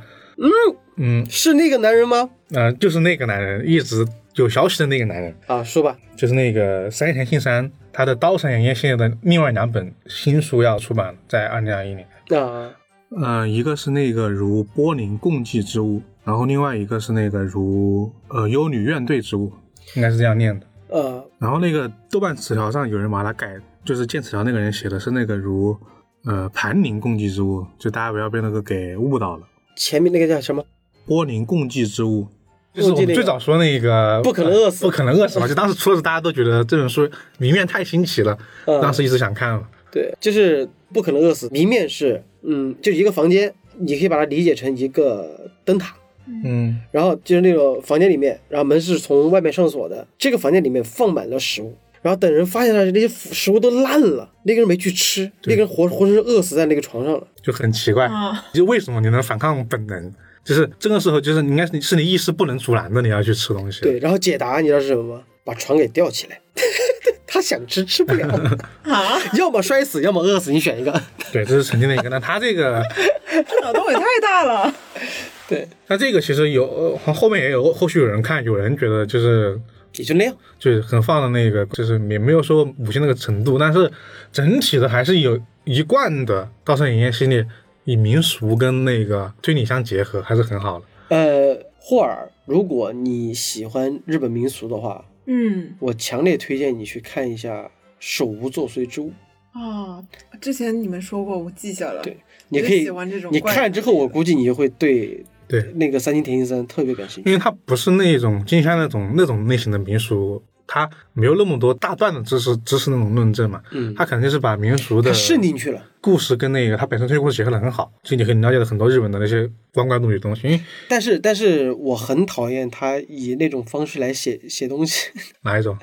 嗯是那个男人吗？嗯，呃，就是那个男人一直有消息的那个男人，啊，说吧。就是那个山田信三，他的《刀山盐业》系列的另外两本新书要出版了，在二零二一年。啊，嗯、一个是那个如波林共济之物，然后另外一个是那个如呃幽女怨对之物，应该是这样念的。呃，然后那个豆瓣词条上有人把它改，就是剑齿条那个人写的是那个如呃盘宁共济之物，就大家不要被那个给误导了。前面那个叫什么？波林共济之物，就是共我济那个们最早说那个不可能饿死不可能饿死嘛，就当时出的时候大家都觉得这本书明面太新奇了，嗯当时一直想看嘛。对，就是不可能饿死。明面是，嗯，就一个房间，你可以把它理解成一个灯塔。嗯，然后就是那种房间里面，然后门是从外面上锁的，这个房间里面放满了食物，然后等人发现了那些食物都烂了，那个人没去吃，那个人活活生生饿死在那个床上了。就很奇怪，啊就为什么你能反抗本能？就是这个时候，就是你应该是你是你意识不能阻拦的，你要去吃东西。对，然后解答你知道是什么吗？把床给吊起来。 他想吃吃不了，啊， 要么摔死，要么饿死，你选一个。对，这是曾经的一个。那他这个，这脑洞也太大了，对，那这个其实有呃后后面也有后续有人看，有人觉得就是也就那样。就是很放的那个，就是也没有说母亲那个程度，但是整体的还是有一贯的《稻盛营业》系列以民俗跟那个推理相结合，还是很好的。呃，霍尔，如果你喜欢日本民俗的话，嗯我强烈推荐你去看一下《手无作祟之物》。啊，之前你们说过，我记下了，对，你可以喜欢这种你怪看之后，我估计你就会对对，那个三星田一三特别感兴因趣。为它不是那种金山那种那种类型的民俗，它没有那么多大段的知识知识那种论证嘛，嗯，它肯定是把民俗的他渗进去了，故事跟那个它本身这个故事结合的很好，就你可以了解到很多日本的那些关关东煮的东西。嗯因为但是，但是我很讨厌他以那种方式来写写东西， 哪一种？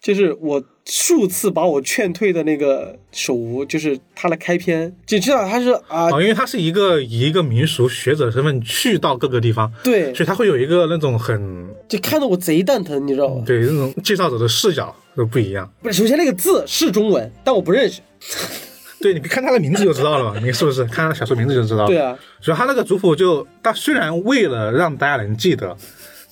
就是我数次把我劝退的那个手无，就是他的开篇，就知道他是啊，啊，因为他是一个以一个民俗学者身份去到各个地方，对，所以他会有一个那种很就看得我贼蛋疼，你知道吧？对那种介绍者的视角都不一样。不是，首先那个字是中文，但我不认识。对，你看他的名字就知道了嘛，你是不是看他小说名字就知道了？对啊，主要他那个族谱就，他虽然为了让大家能记得，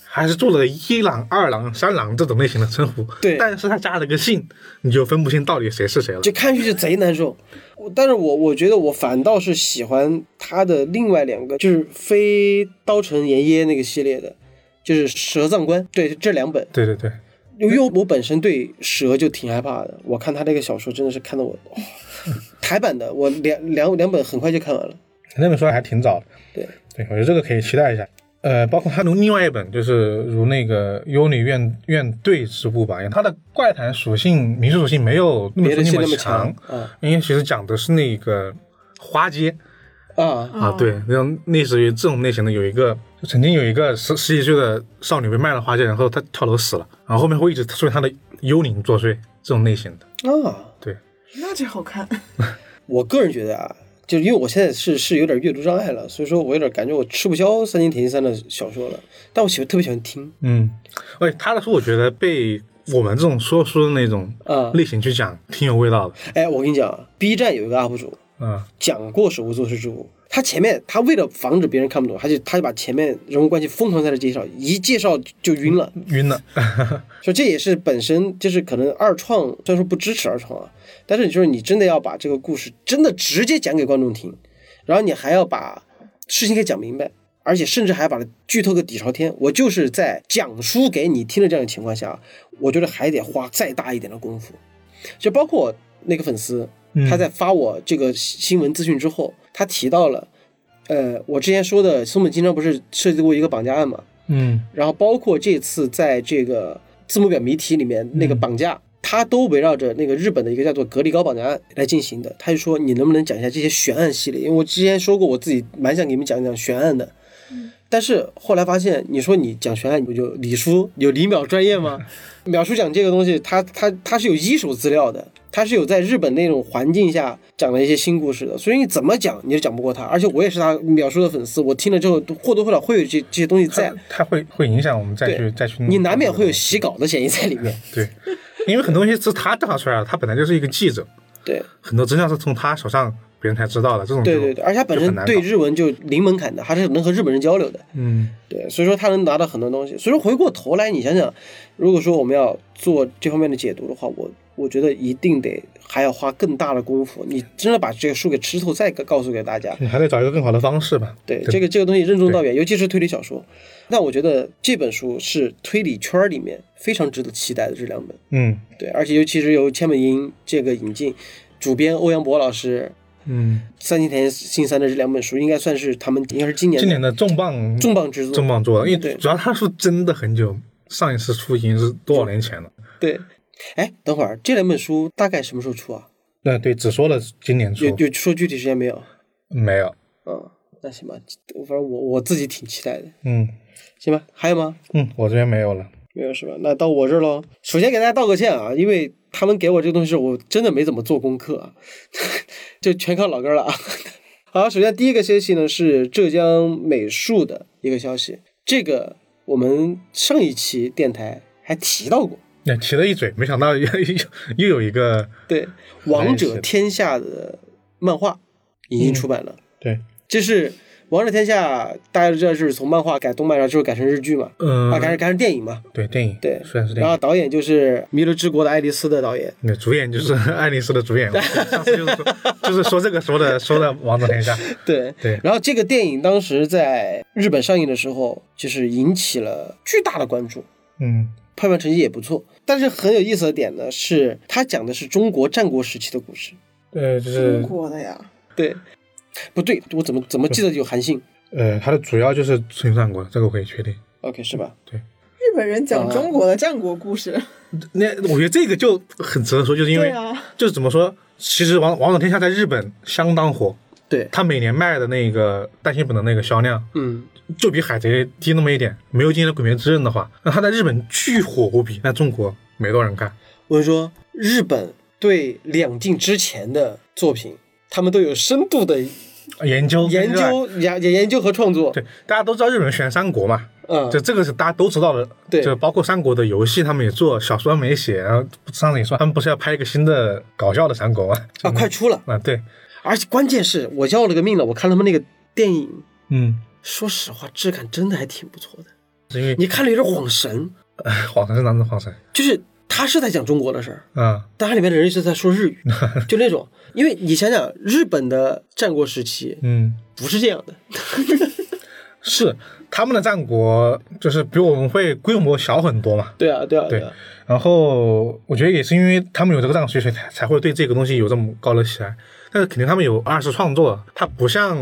还是做了一郎、二郎、三郎这种类型的称呼，对但是他加了个姓，你就分不清到底谁是谁了。就看上去就贼难受。我但是我我觉得我反倒是喜欢他的另外两个，就是非刀城盐耶那个系列的，就是蛇藏官，对这两本，对对对，因为我本身对蛇就挺害怕的，我看他那个小说真的是看得我， 哇台版的我两两两本很快就看完了，那本书还挺早的，对，对我觉得这个可以期待一下。呃，包括他如另外一本就是如那个《幽女院院队之部》吧，它的怪谈属性、民俗属性没有那么别的说系那那么么强强，啊因为其实讲的是那个花街，啊，啊，对，那种类似于这种类型的，有一个就曾经有一个十十几岁的少女被卖了花街，然后她跳楼死了，然后后面会一直出现她的幽灵作祟这种类型的。啊，对，那这好看，我个人觉得啊，就是因为我现在是是有点阅读障碍了，所以说我有点感觉我吃不消三井铁一三的小说了，但我喜欢特别喜欢听嗯，而且她的书我觉得被我们这种说书的那种啊，类型去讲，挺有味道的。哎，我跟你讲啊，B 站有一个 UP 主嗯，讲过手无作事之物，他前面他为了防止别人看不懂，他就他就把前面人物关系疯狂在这介绍，一介绍就晕了。晕了。所以这也是本身就是可能二创，虽然说不支持二创啊，但是你就是你真的要把这个故事真的直接讲给观众听，然后你还要把事情给讲明白，而且甚至还要把它剧透个底朝天。我就是在讲述给你听的这样的情况下，我觉得还得花再大一点的功夫，就包括那个粉丝嗯他在发我这个新闻资讯之后，他提到了，呃，我之前说的松本清张不是涉及过一个绑架案嘛，嗯然后包括这次在这个字母表谜题里面那个绑架，它都围绕着那个日本的一个叫做格力高绑架案来进行的。他就说你能不能讲一下这些悬案系列？因为我之前说过我自己蛮想给你们讲一讲悬案的。但是后来发现，你说你讲悬案，你不就李叔有李淼专业吗？淼叔讲这个东西，他他他是有一手资料的，他是有在日本那种环境下讲了一些新故事的，所以你怎么讲你就讲不过他。而且我也是他淼叔的粉丝，我听了之后或多或少会有这这些东西在它，它会会影响我们再去再去。你难免会有洗稿的嫌疑在里面。对，因为很多东西是他调查出来的，他本来就是一个记者，对很多真相是从他手上别人才知道的。这种对就对对，而且他本身对日文就零门槛的，他是能和日本人交流的。嗯对，所以说他能拿到很多东西。所以说回过头来，你想想，如果说我们要做这方面的解读的话，我我觉得一定得还要花更大的功夫。你真的把这个书给吃透，再告诉给大家。你还得找一个更好的方式吧。对这个这个东西任重道远，尤其是推理小说。那我觉得这本书是推理圈儿里面非常值得期待的这两本。嗯对，而且尤其是由千本樱这个引进，主编欧阳博老师，嗯。三井田新三的这两本书，应该算是他们应该是今年今年的重磅重磅之作重。磅做的，因对为主要他是真的很久，上一次出已经是多少年前了。对，哎，等会儿这两本书大概什么时候出啊？那对，只说了今年出有，有说具体时间没有？没有。嗯，那行吧，反正我我自己挺期待的，嗯行吧？还有吗？嗯，我这边没有了。没有是吧？那到我这儿喽。首先给大家道个歉啊，因为他们给我这个东西，我真的没怎么做功课啊， 就全靠老哥了啊。 好，首先第一个消息呢是浙江美术的一个消息，这个我们上一期电台还提到过，那提了一嘴，没想到又 又又有一个对《王者天下》的漫画已嗯经出版了，对，这是《王者天下》，大家都知道是从漫画改动漫，然后之后改成日剧嘛，嗯啊，，改成改成电影嘛，对电影，对虽然是电然后影，导演就是《弥留之国的爱丽丝》的导演。那主演就是 爱丽丝的主演，我上次就是说 就是说这个说的说的王者天下，对对然后这个电影当时在日本上映的时候，就是引起了巨大的关注， 嗯拍卖成绩也不错。但是很有意思的点呢，是它讲的是中国战国时期的故事。呃就中是国的呀，对，不对，我怎么怎么记得有韩信呃它的主要就是纯战国，这个我可以确定。 ？OK，是吧？日本人讲中国的战国故事，那我觉得这个就很值得说，就是因为对啊就是怎么说，其实王《王者天下》在日本相当火，对，它每年卖的那个单行本的那个销量，嗯，就比《海贼》低那么一点。没有今年的《鬼灭之刃》的话， 那它在日本巨火无比，在中国没多少人看。我跟你说，日本对两晋之前的作品，他们都有深度的研究研热爱 究、研研究和创作。对，大家都知道日本人喜欢三国嘛，嗯，这这个是大家都知道的，对就包括三国的游戏他们也做，小说他们也写，然后上次也说他们不是要拍一个新的搞笑的三国吗？ 啊，快出了！啊，对，而且关键是我要了个命了，我看他们那个电影，嗯，说实话，质感真的还挺不错的。是因为你看了有点恍神，晃神是哪种晃神？就是他是在讲中国的事儿，啊，但它里面的人是在说日 语，就那种，因为你想想，日本的战国时期嗯，不是这样的，是他们的战国就是比我们会规模小很多嘛，对啊，对啊，对啊，然后我觉得也是因为他们有这个战术，所以才才会对这个东西有这么高的喜爱。但是肯定他们有二次创作，它不像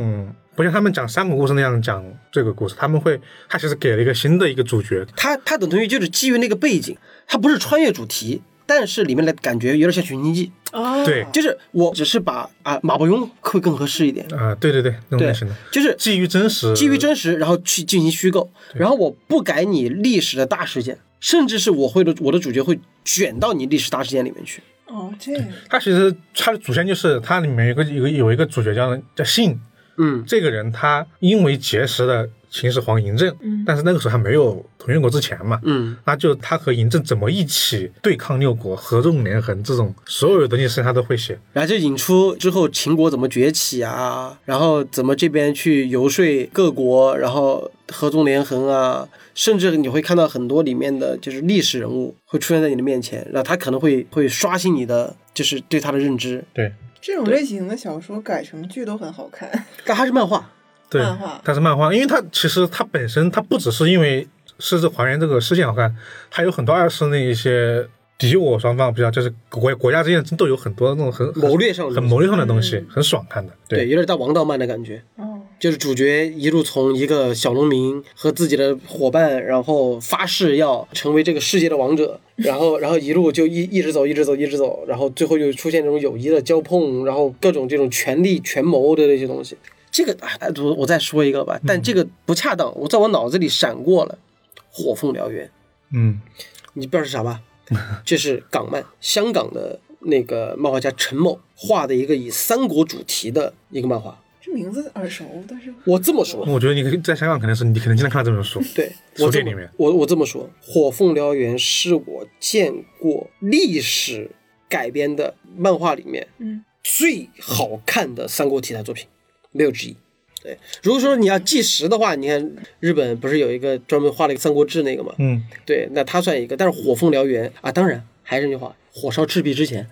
不像他们讲三国故事那样讲这个故事，他们会他其实给了一个新的一个主角，它它等同于就是基于那个背景，它不是穿越主题，但是里面的感觉有点像寻秦记，哦，对，就是我只是把啊马伯庸会更合适一点，啊、对对对，那种对类型的，，就是基于真实，基于真实，然后去进行虚构，然后我不改你历史的大事件，甚至是我会的我的主角会卷到你历史大事件里面去，哦，这样它其实它的主线就是它里面有一个有一个有一个主角叫叫信，嗯，这个人他因为结识了秦始皇嬴政，但是那个时候还没有同源国之前嘛，嗯，那就他和嬴政怎么一起对抗六国、合纵连横这种所有的东西，他都会写。然后就引出之后秦国怎么崛起啊，然后怎么这边去游说各国，然后合纵连横啊，甚至你会看到很多里面的就是历史人物会出现在你的面前，然后他可能会会刷新你的就是对他的认知。对这种类型的小说改成剧都很好看。但他是漫画，对漫画，它是漫画，因为它其实它本身它不只是因为是这还原这个事件好看，还有很多二是那一些。敌我双方比较就是国国家之间都有很多那种很很谋略上的很东西嗯谋略上的东西，很爽看的。对，有点到王道漫的感觉。哦，就是主角一路从一个小农民和自己的伙伴，然后发誓要成为这个世界的王者，然后然后一路就一一直走，一直走，一直走，然后最后又出现这种友谊的交碰，然后各种这种权力权谋的那些东西。这个哎，我我再说一个吧，但这个不恰当，我在我脑子里闪过了《火凤燎原》，嗯，你不知道是啥吧？这是港漫，香港的那个漫画家陈某画的一个以三国主题的一个漫画。 这名字耳熟，但是我这么说，我觉得你可以在香港肯定是你肯定经常看到这本书。对，书我这店么里面我我这么说，《火凤燎原》是我见过历史改编的漫画里面，嗯，最好看的三国题材作品，没有之一。对，如果说你要计时的话，你看日本不是有一个专门画了一个《三国志》那个嘛？嗯，对，那它算一个，但是《火凤燎原》啊，当然还是那句话，火烧赤壁之 前，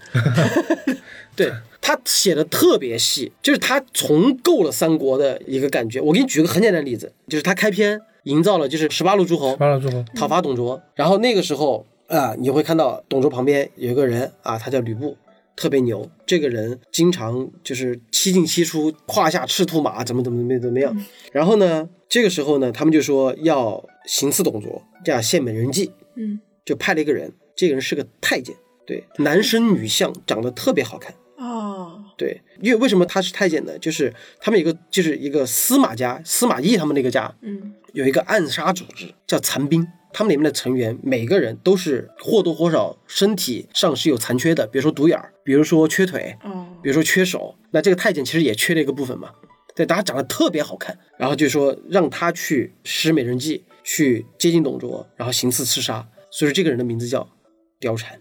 对他写的特别细，就是他重构了三国的一个感觉。我给你举个很简单的例子，就是他开篇营造了就是十八路诸侯八了诸侯，讨伐董卓，然后那个时候啊、你会看到董卓旁边有一个人啊，他叫吕布。特别牛，这个人经常就是七进七出，胯下赤兔马，怎么怎么怎么怎么样。 然后呢，这个时候呢，他们就说要行刺董卓，要献美人计。嗯就派了一个人，这个人是个太监，对，男生女相，长得特别好看。哦，对，因为为什么他是太监呢？就是他们有一个就是一个司马家，司马懿他们那个家嗯有一个暗杀组织叫残兵，他们里面的成员每个人都是或多或少身体上是有残缺的，比如说独眼儿，比如说缺腿，哦，比如说缺手，那这个太监其实也缺了一个部分嘛。对，大家长得特别好看，然后就说让他去施美人计，去接近董卓，然后行刺刺杀。所以说这个人的名字叫貂蝉。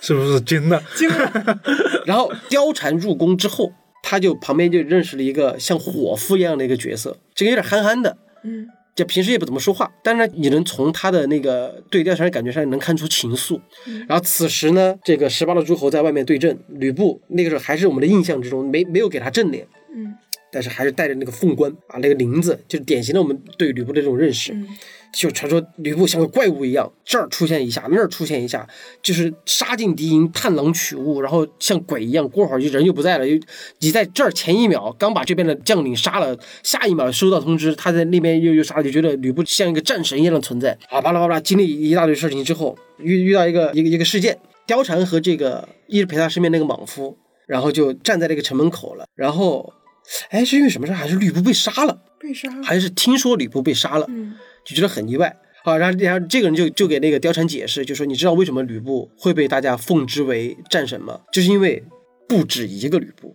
是不是金的？惊了，然后貂蝉入宫之后，他就旁边就认识了一个像伙夫一样的一个角色，这个有点憨憨的， 嗯，就平时也不怎么说话，但是呢你能从他的那个对貂蝉的感觉上能看出情愫。然后此时呢，这个十八路诸侯在外面对阵，吕布那个时候还是我们的印象之中没没有给他正脸，嗯，但是还是带着那个凤冠啊，那个翎子，就是典型的我们对吕布的这种认识。嗯就传说吕布像个怪物一样，这儿出现一下，那儿出现一下，就是杀进敌营，探囊取物，然后像鬼一样，过会儿就人又不在了。又你在这儿前一秒刚把这边的将领杀了，下一秒收到通知他在那边又又杀了，就觉得吕布像一个战神一样的存在啊！巴拉巴拉，经历一大堆事情之后，遇遇到一个一个一个事件，貂蝉和这个一直陪他身边那个莽夫，然后就站在这个城门口了。然后，哎，是因为什么事儿？还是吕布被杀了？被杀，还是听说吕布被杀了？嗯就觉得很意外啊。然后，然后这个人就就给那个貂蝉解释，就说你知道为什么吕布会被大家奉之为战神吗？就是因为不止一个吕布，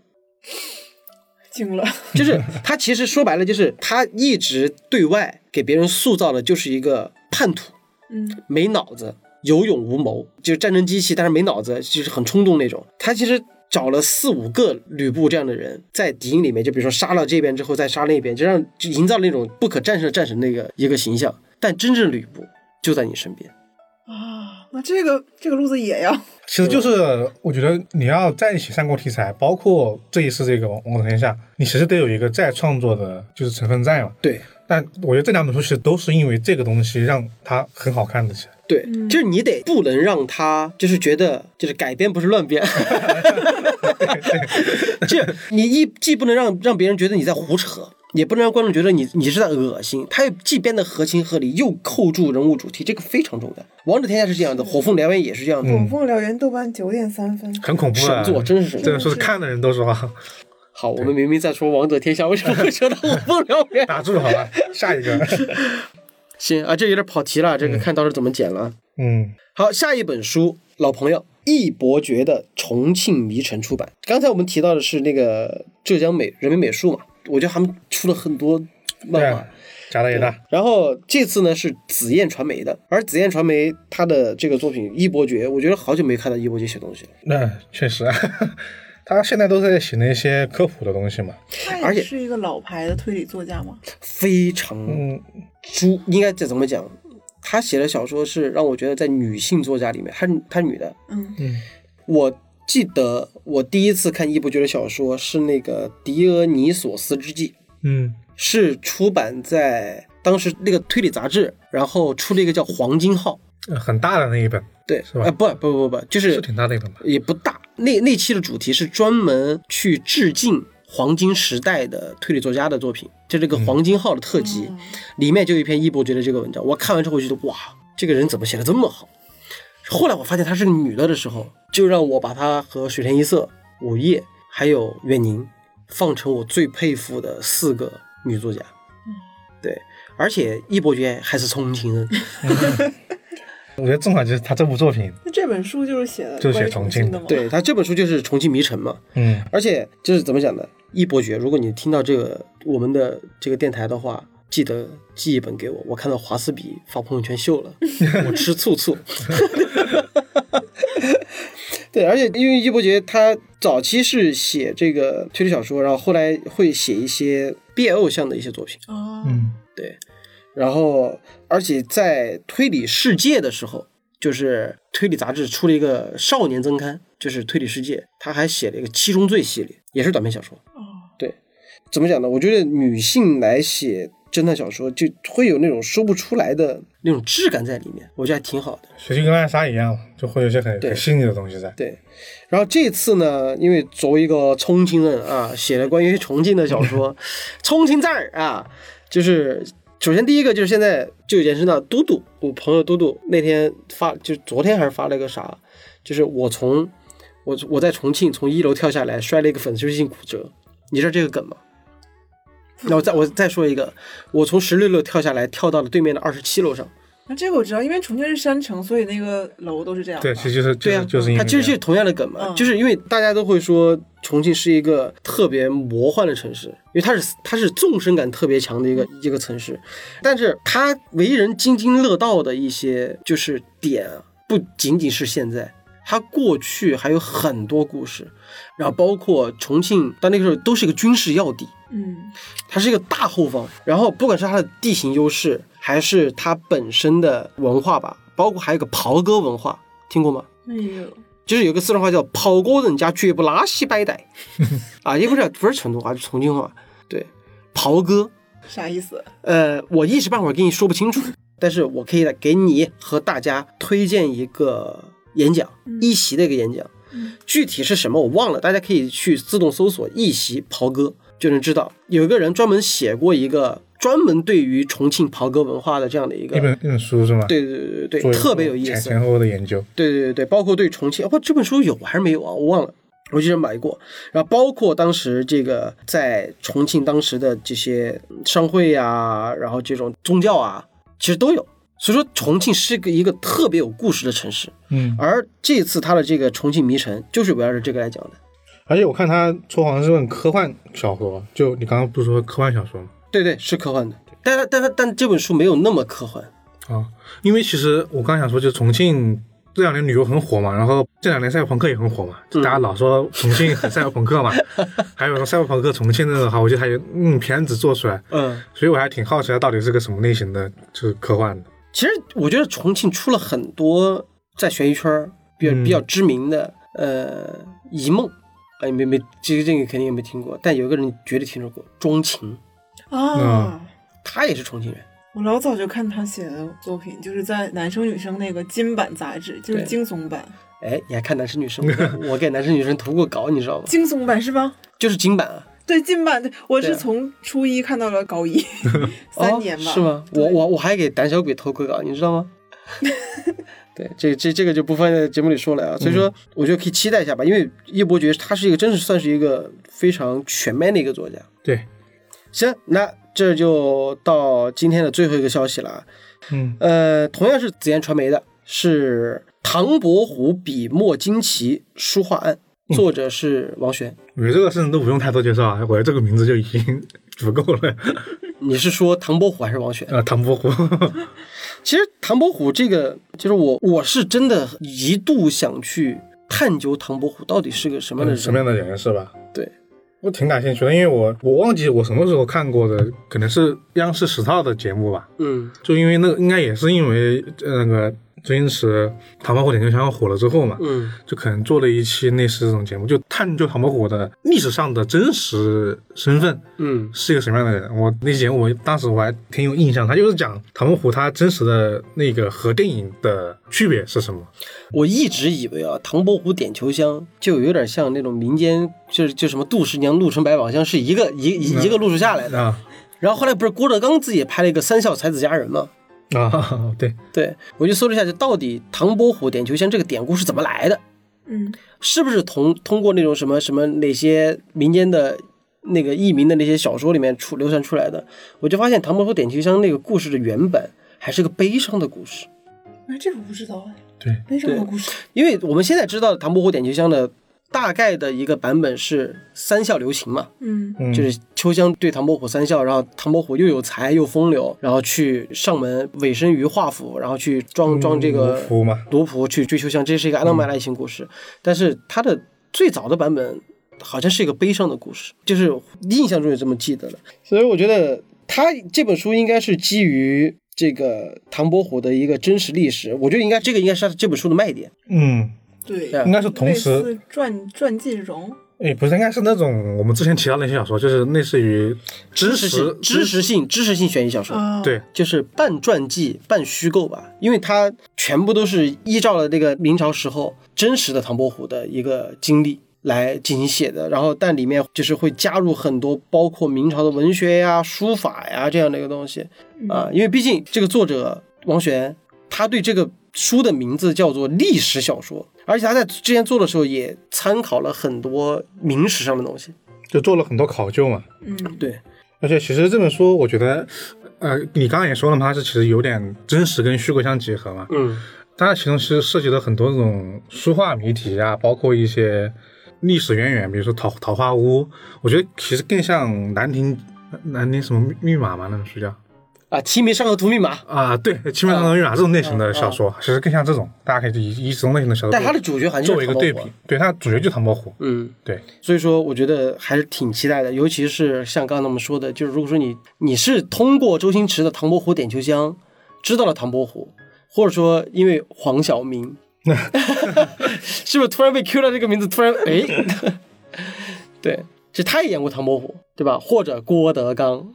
惊了，就是他其实说白了，就是他一直对外给别人塑造的就是一个叛徒，嗯没脑子，有勇无谋，就是战争机器，但是没脑子，就是很冲动那种。他其实找了四五个吕布这样的人，在敌营里面，就比如说杀了这边之后再杀那边，就让就营造那种不可战胜的战神的一个一个形象。但真正吕布就在你身边，啊，那这个这个路子也要，其实就是我觉得你要再写三国题材，包括这一次这个《王者天下》，你其实得有一个再创作的，就是成分在嘛。对。但我觉得这两本书其实都是因为这个东西让它很好看的起来。对，就是你得不能让他就是觉得就是改编不是乱编， 这你一既不能让让别人觉得你在胡扯，也不能让观众觉得你你是在恶心，他又既编得合情合理，又扣住人物主题，这个非常重要。王者天下是这样的，火凤燎原也是这样的。火凤燎原豆瓣九点三分，很恐怖神的，作真是神作 真的是看的人都说啊好，我们明明在说王者天下，为什么会说到火凤燎原？ 打住好吧，下一个， 行啊，这有点跑题了，这个看到时候怎么剪了。 嗯，好，下一本书，老朋友易伯爵的《重庆迷城》出版。刚才我们提到的是那个浙江美人民美术嘛，我觉得他们出了很多对漫画啊。，夹的也大，然后这次呢是紫燕传媒的，而紫燕传媒它的这个作品《易伯爵》，我觉得好久没看到易伯爵写东西了。那确实，啊 他现在都在写那些科普的东西嘛，他而且也是一个老牌的推理作家嘛，非常嗯，猪，应该这怎么讲？他写的小说是让我觉得在女性作家里面，她她女的，嗯我记得我第一次看易伯爵的小说是那个《狄俄尼索斯之记》，嗯，是出版在当时那个推理杂志，然后出了一个叫《黄金号》，呃很大的那一本，对，是吧呃不不不不，就是是挺大的一本吧？也不大。那那期的主题是专门去致敬黄金时代的推理作家的作品，就这个《黄金号》的特辑，里面就有一篇伊伯爵的这个文章。我看完之后，我觉得哇，这个人怎么写的这么好？后来我发现她是个女的的时候，就让我把她和水田一色、午夜还有远宁放成我最佩服的四个女作家。对，而且易伯爵还是重庆人，我觉得正好就是他这部作品，那这本书就是写的就是关于写重庆庆的的吗？对他这本书就是《重庆迷城》嘛。嗯，而且就是怎么讲呢？易伯爵，如果你听到这个我们的这个电台的话，记得寄一本给我。我看到华斯比发朋友圈秀了，我吃醋醋。对，而且因为易伯爵他早期是写这个推理小说，然后后来会写一些 BL 向的一些作品，哦，嗯，对。然后，而且在推理世界的时候，就是推理杂志出了一个少年增刊，就是推理世界，他还写了一个七宗罪系列，也是短篇小说。哦，怎么讲呢？我觉得女性来写侦探小说，就会有那种说不出来的那种质感在里面，我觉得还挺好的。学习跟暗杀一样，就会有一些很对很细腻的东西在，对，然后这次呢，因为作为一个重庆人啊，写了关于重庆的小说，重庆字儿啊，就是首先第一个就是现在就延伸到嘟嘟，我朋友嘟嘟那天发，就昨天还是发了个啥，就是我从我我在重庆从一楼跳下来摔了一个粉碎性骨折，你知道这个梗吗？那我再我再说一个，我从十六楼跳下来，跳到了对面的二十七楼上。那这个我知道，因为重庆是山城，所以那个楼都是这样的。对，其实就是就对是啊，就是因为它其实这是样同样的梗嘛，嗯就是因为大家都会说重庆是一个特别魔幻的城市，因为它是它是纵深感特别强的一个一个城市，但是它为人津津乐道的一些就是点啊，不仅仅是现在。它过去还有很多故事，然后包括重庆，到那个时候都是一个军事要地，嗯，它是一个大后方，然后不管是它的地形优势，还是它本身的文化吧，包括还有一个袍哥文化，听过吗？那也有就是有个四川话叫“跑过人家绝不拉稀摆带”啊，也不是不是成都话，是重庆话。对，袍哥，啥意思？呃，我一时半会儿给你说不清楚，但是我可以来给你和大家推荐一个演讲，一席的一个演讲，具体是什么我忘了，大家可以去自动搜索“一席袍哥”就能知道。有一个人专门写过一个专门对于重庆袍哥文化的这样的一个一本一本书是吗？呃对对对对做对，一个特别有意前思。前后后的研究。对对对对，包括对重庆，哇，这本书有还是没有啊？我忘了，我记得买过。然后包括当时这个在重庆当时的这些商会啊，然后这种宗教啊，其实都有。所以说，重庆是个一个特别有故事的城市。嗯，而这次它的这个重庆迷城，就是围绕着这个来讲的。而且我看他说好像是本科幻小说，就你刚刚不是说科幻小说吗？对对，是科幻的，但它但它但这本书没有那么科幻。啊，因为其实我刚想说，就是重庆这两年旅游很火嘛，然后这两年赛博朋克也很火嘛，就大家老说重庆很赛博朋克 嘛，还有说赛博朋克重庆那个好，我觉得还有嗯片子做出来，嗯，所以我还挺好奇它到底是个什么类型的，就是科幻的。其实我觉得重庆出了很多在悬疑圈儿比较、嗯比较知名的，呃，一梦，啊，你没没这个这个肯定也没听过，但有一个人绝对听说过，钟情，啊啊。他也是重庆人，我老早就看他写的作品，就是在男生女生那个金版杂志，就是对惊悚版。哎，你还看男生女生？我我给男生女生投过稿，你知道吗？惊悚版是吧？就是金版啊，对，金版，我对是啊从初一看到了高一，三年 吧、哦、是吗？我我我还给胆小鬼投过稿，你知道吗？ 对，这这这个就不放在节目里说了啊，所以说我觉得可以期待一下吧，因为叶伯爵他是一个真是算是一个非常全面的一个作家，对，行，那这就到今天的最后一个消息了啊。嗯，呃，同样是紫燕传媒的，是唐伯虎笔墨惊奇书画案，嗯作者是王璇。我觉得这个甚至都不用太多介绍啊，我觉得这个名字就已经 足够了。你是说唐伯虎还是王璇？啊，唐伯 虎，其实唐伯虎这个，就是我我是真的一度想去探究唐伯虎到底是个什么样的人。嗯什么样的人是吧？对，我挺感兴趣的，因为我我忘记我什么时候看过的，可能是央视十套的节目吧。嗯就因为那个应该也是因为呃那个周星驰《唐伯虎点秋香》火了之后嘛，嗯就可能做了一期类似这种节目，就探究唐伯虎的历史上的真实身份嗯是一个什么样的人。我那期节目我当时我还挺有印象，他就是讲唐伯虎他真实的那个和电影的区别是什么。我一直以为啊，唐伯虎点秋香就有点像那种民间，就是就什么杜十娘、陆沉百宝箱是一个一一一个路数下来的。啊然后后来不是郭德纲自己也拍了一个《三笑才子佳人》吗？啊， 对，对我就搜了一下，就到底唐伯虎点秋香这个典故是怎么来的？嗯，是不是同通过那种什么什么哪些民间的那个佚名的那些小说里面出流传出来的？我就发现唐伯虎点秋香那个故事的原本还是个悲伤的故事，哎，这个我不知道哎，对，没什对么故事。因为我们现在知道的唐伯虎点秋香的大概的一个版本是三笑流行嘛，嗯嗯就是秋香对唐伯虎三笑，然后唐伯虎又有才又风流，然后去上门委身于华府，然后去装装这个服嗯嘛，嗯奴仆去追秋香，这是一个浪漫的爱情故事。但是它的最早的版本好像是一个悲伤的故事，就是印象中也这么记得的。所以我觉得他这本书应该是基于这个唐伯虎的一个真实历史，我觉得应该这个应该是他这本书的卖点。嗯，对，对啊应该是同时类似传传记这种，也不是，应该是那种我们之前提到的那些小说，就是类似于知知识性、识知识性、知识性悬疑小说。啊，对，就是半传记半虚构吧，因为它全部都是依照了那个明朝时候真实的唐伯虎的一个经历来进行写的，然后但里面就是会加入很多包括明朝的文学呀、书法呀这样的一个东西啊，因为毕竟这个作者王璇，他对这个书的名字叫做历史小说，而且他在之前做的时候也参考了很多明史上的东西，就做了很多考究嘛。嗯，对，而且其实这本书，我觉得，呃，你刚刚也说了嘛，它是其实有点真实跟虚构相结合嘛。嗯它其中其实涉及了很多这种书画谜题啊，包括一些历史渊源，比如说桃桃花坞，我觉得其实更像兰亭兰亭什么密密码嘛，那本书叫啊，《清明上河图密码》，啊，对，《清明上河密码》这种类型的小说，其实更像这种，大家可以以以这种类型嗯的小说，但它的主角好像作就为是一唐个伯对虎啊比，对，它主角就唐伯虎，嗯。对，所以说，我觉得还是挺期待的，尤其是像刚刚我们说的，就是如果说你你是通过周星驰的《唐伯虎点秋香》知道了唐伯虎，或者说因为黄晓明， 是不是突然被 Q 到这个名字，突然哎， 对，其实他也演过唐伯虎，对吧？或者郭德纲，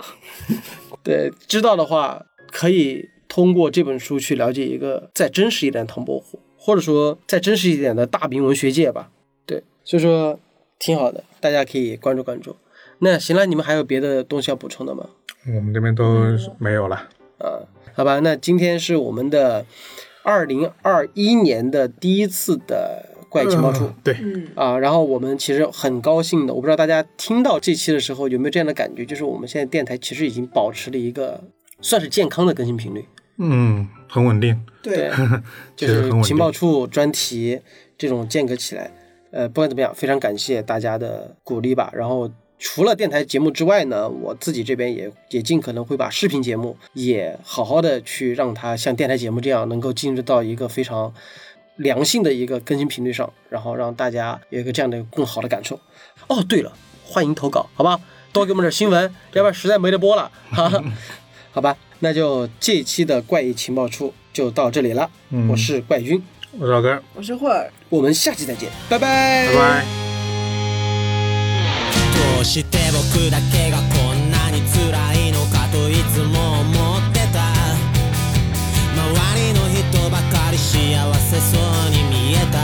对，知道的话可以通过这本书去了解一个再真实一点的唐伯虎，或者说再真实一点的大明文学界吧。对，所以说挺好的，大家可以关注关注。那行了，你们还有别的东西要补充的吗？我们这边都没有了。啊，好吧，那今天是我们的二零二一年的第一次的怪异情报处。嗯对，嗯，啊，然后我们其实很高兴的，我不知道大家听到这期的时候有没有这样的感觉，就是我们现在电台其实已经保持了一个算是健康的更新频率，嗯，很稳定。对 对，，就其实很是稳情报定处专题这种间隔起来，呃，不管怎么样，非常感谢大家的鼓励吧。然后除了电台节目之外呢，我自己这边也也尽可能会把视频节目也好好的去让它像电台节目这样，能够进入到一个非常良性的一个更新频率上，然后让大家有一个这样的更好的感受。哦，对了，欢迎投稿，好吧？多给我们点新闻，要不然实在没得播了，哈哈。好吧，那就这一期的怪异情报处就到这里了。嗯我是怪军，我是老根儿，我是霍尔。我们下期再见，拜拜拜。どうして僕だけがこんなに辛いのかといつも思ってた周りの人ばかり幸せそうに見えた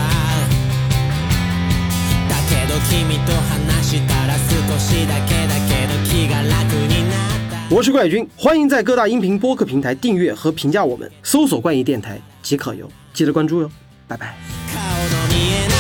だけど君と話したら少しだけだけど気が楽になった我是怪军，欢迎在各大音频播客平台订阅和评价我们，搜索“怪异电台”即可哟，记得关注哟，拜拜。顔の見えない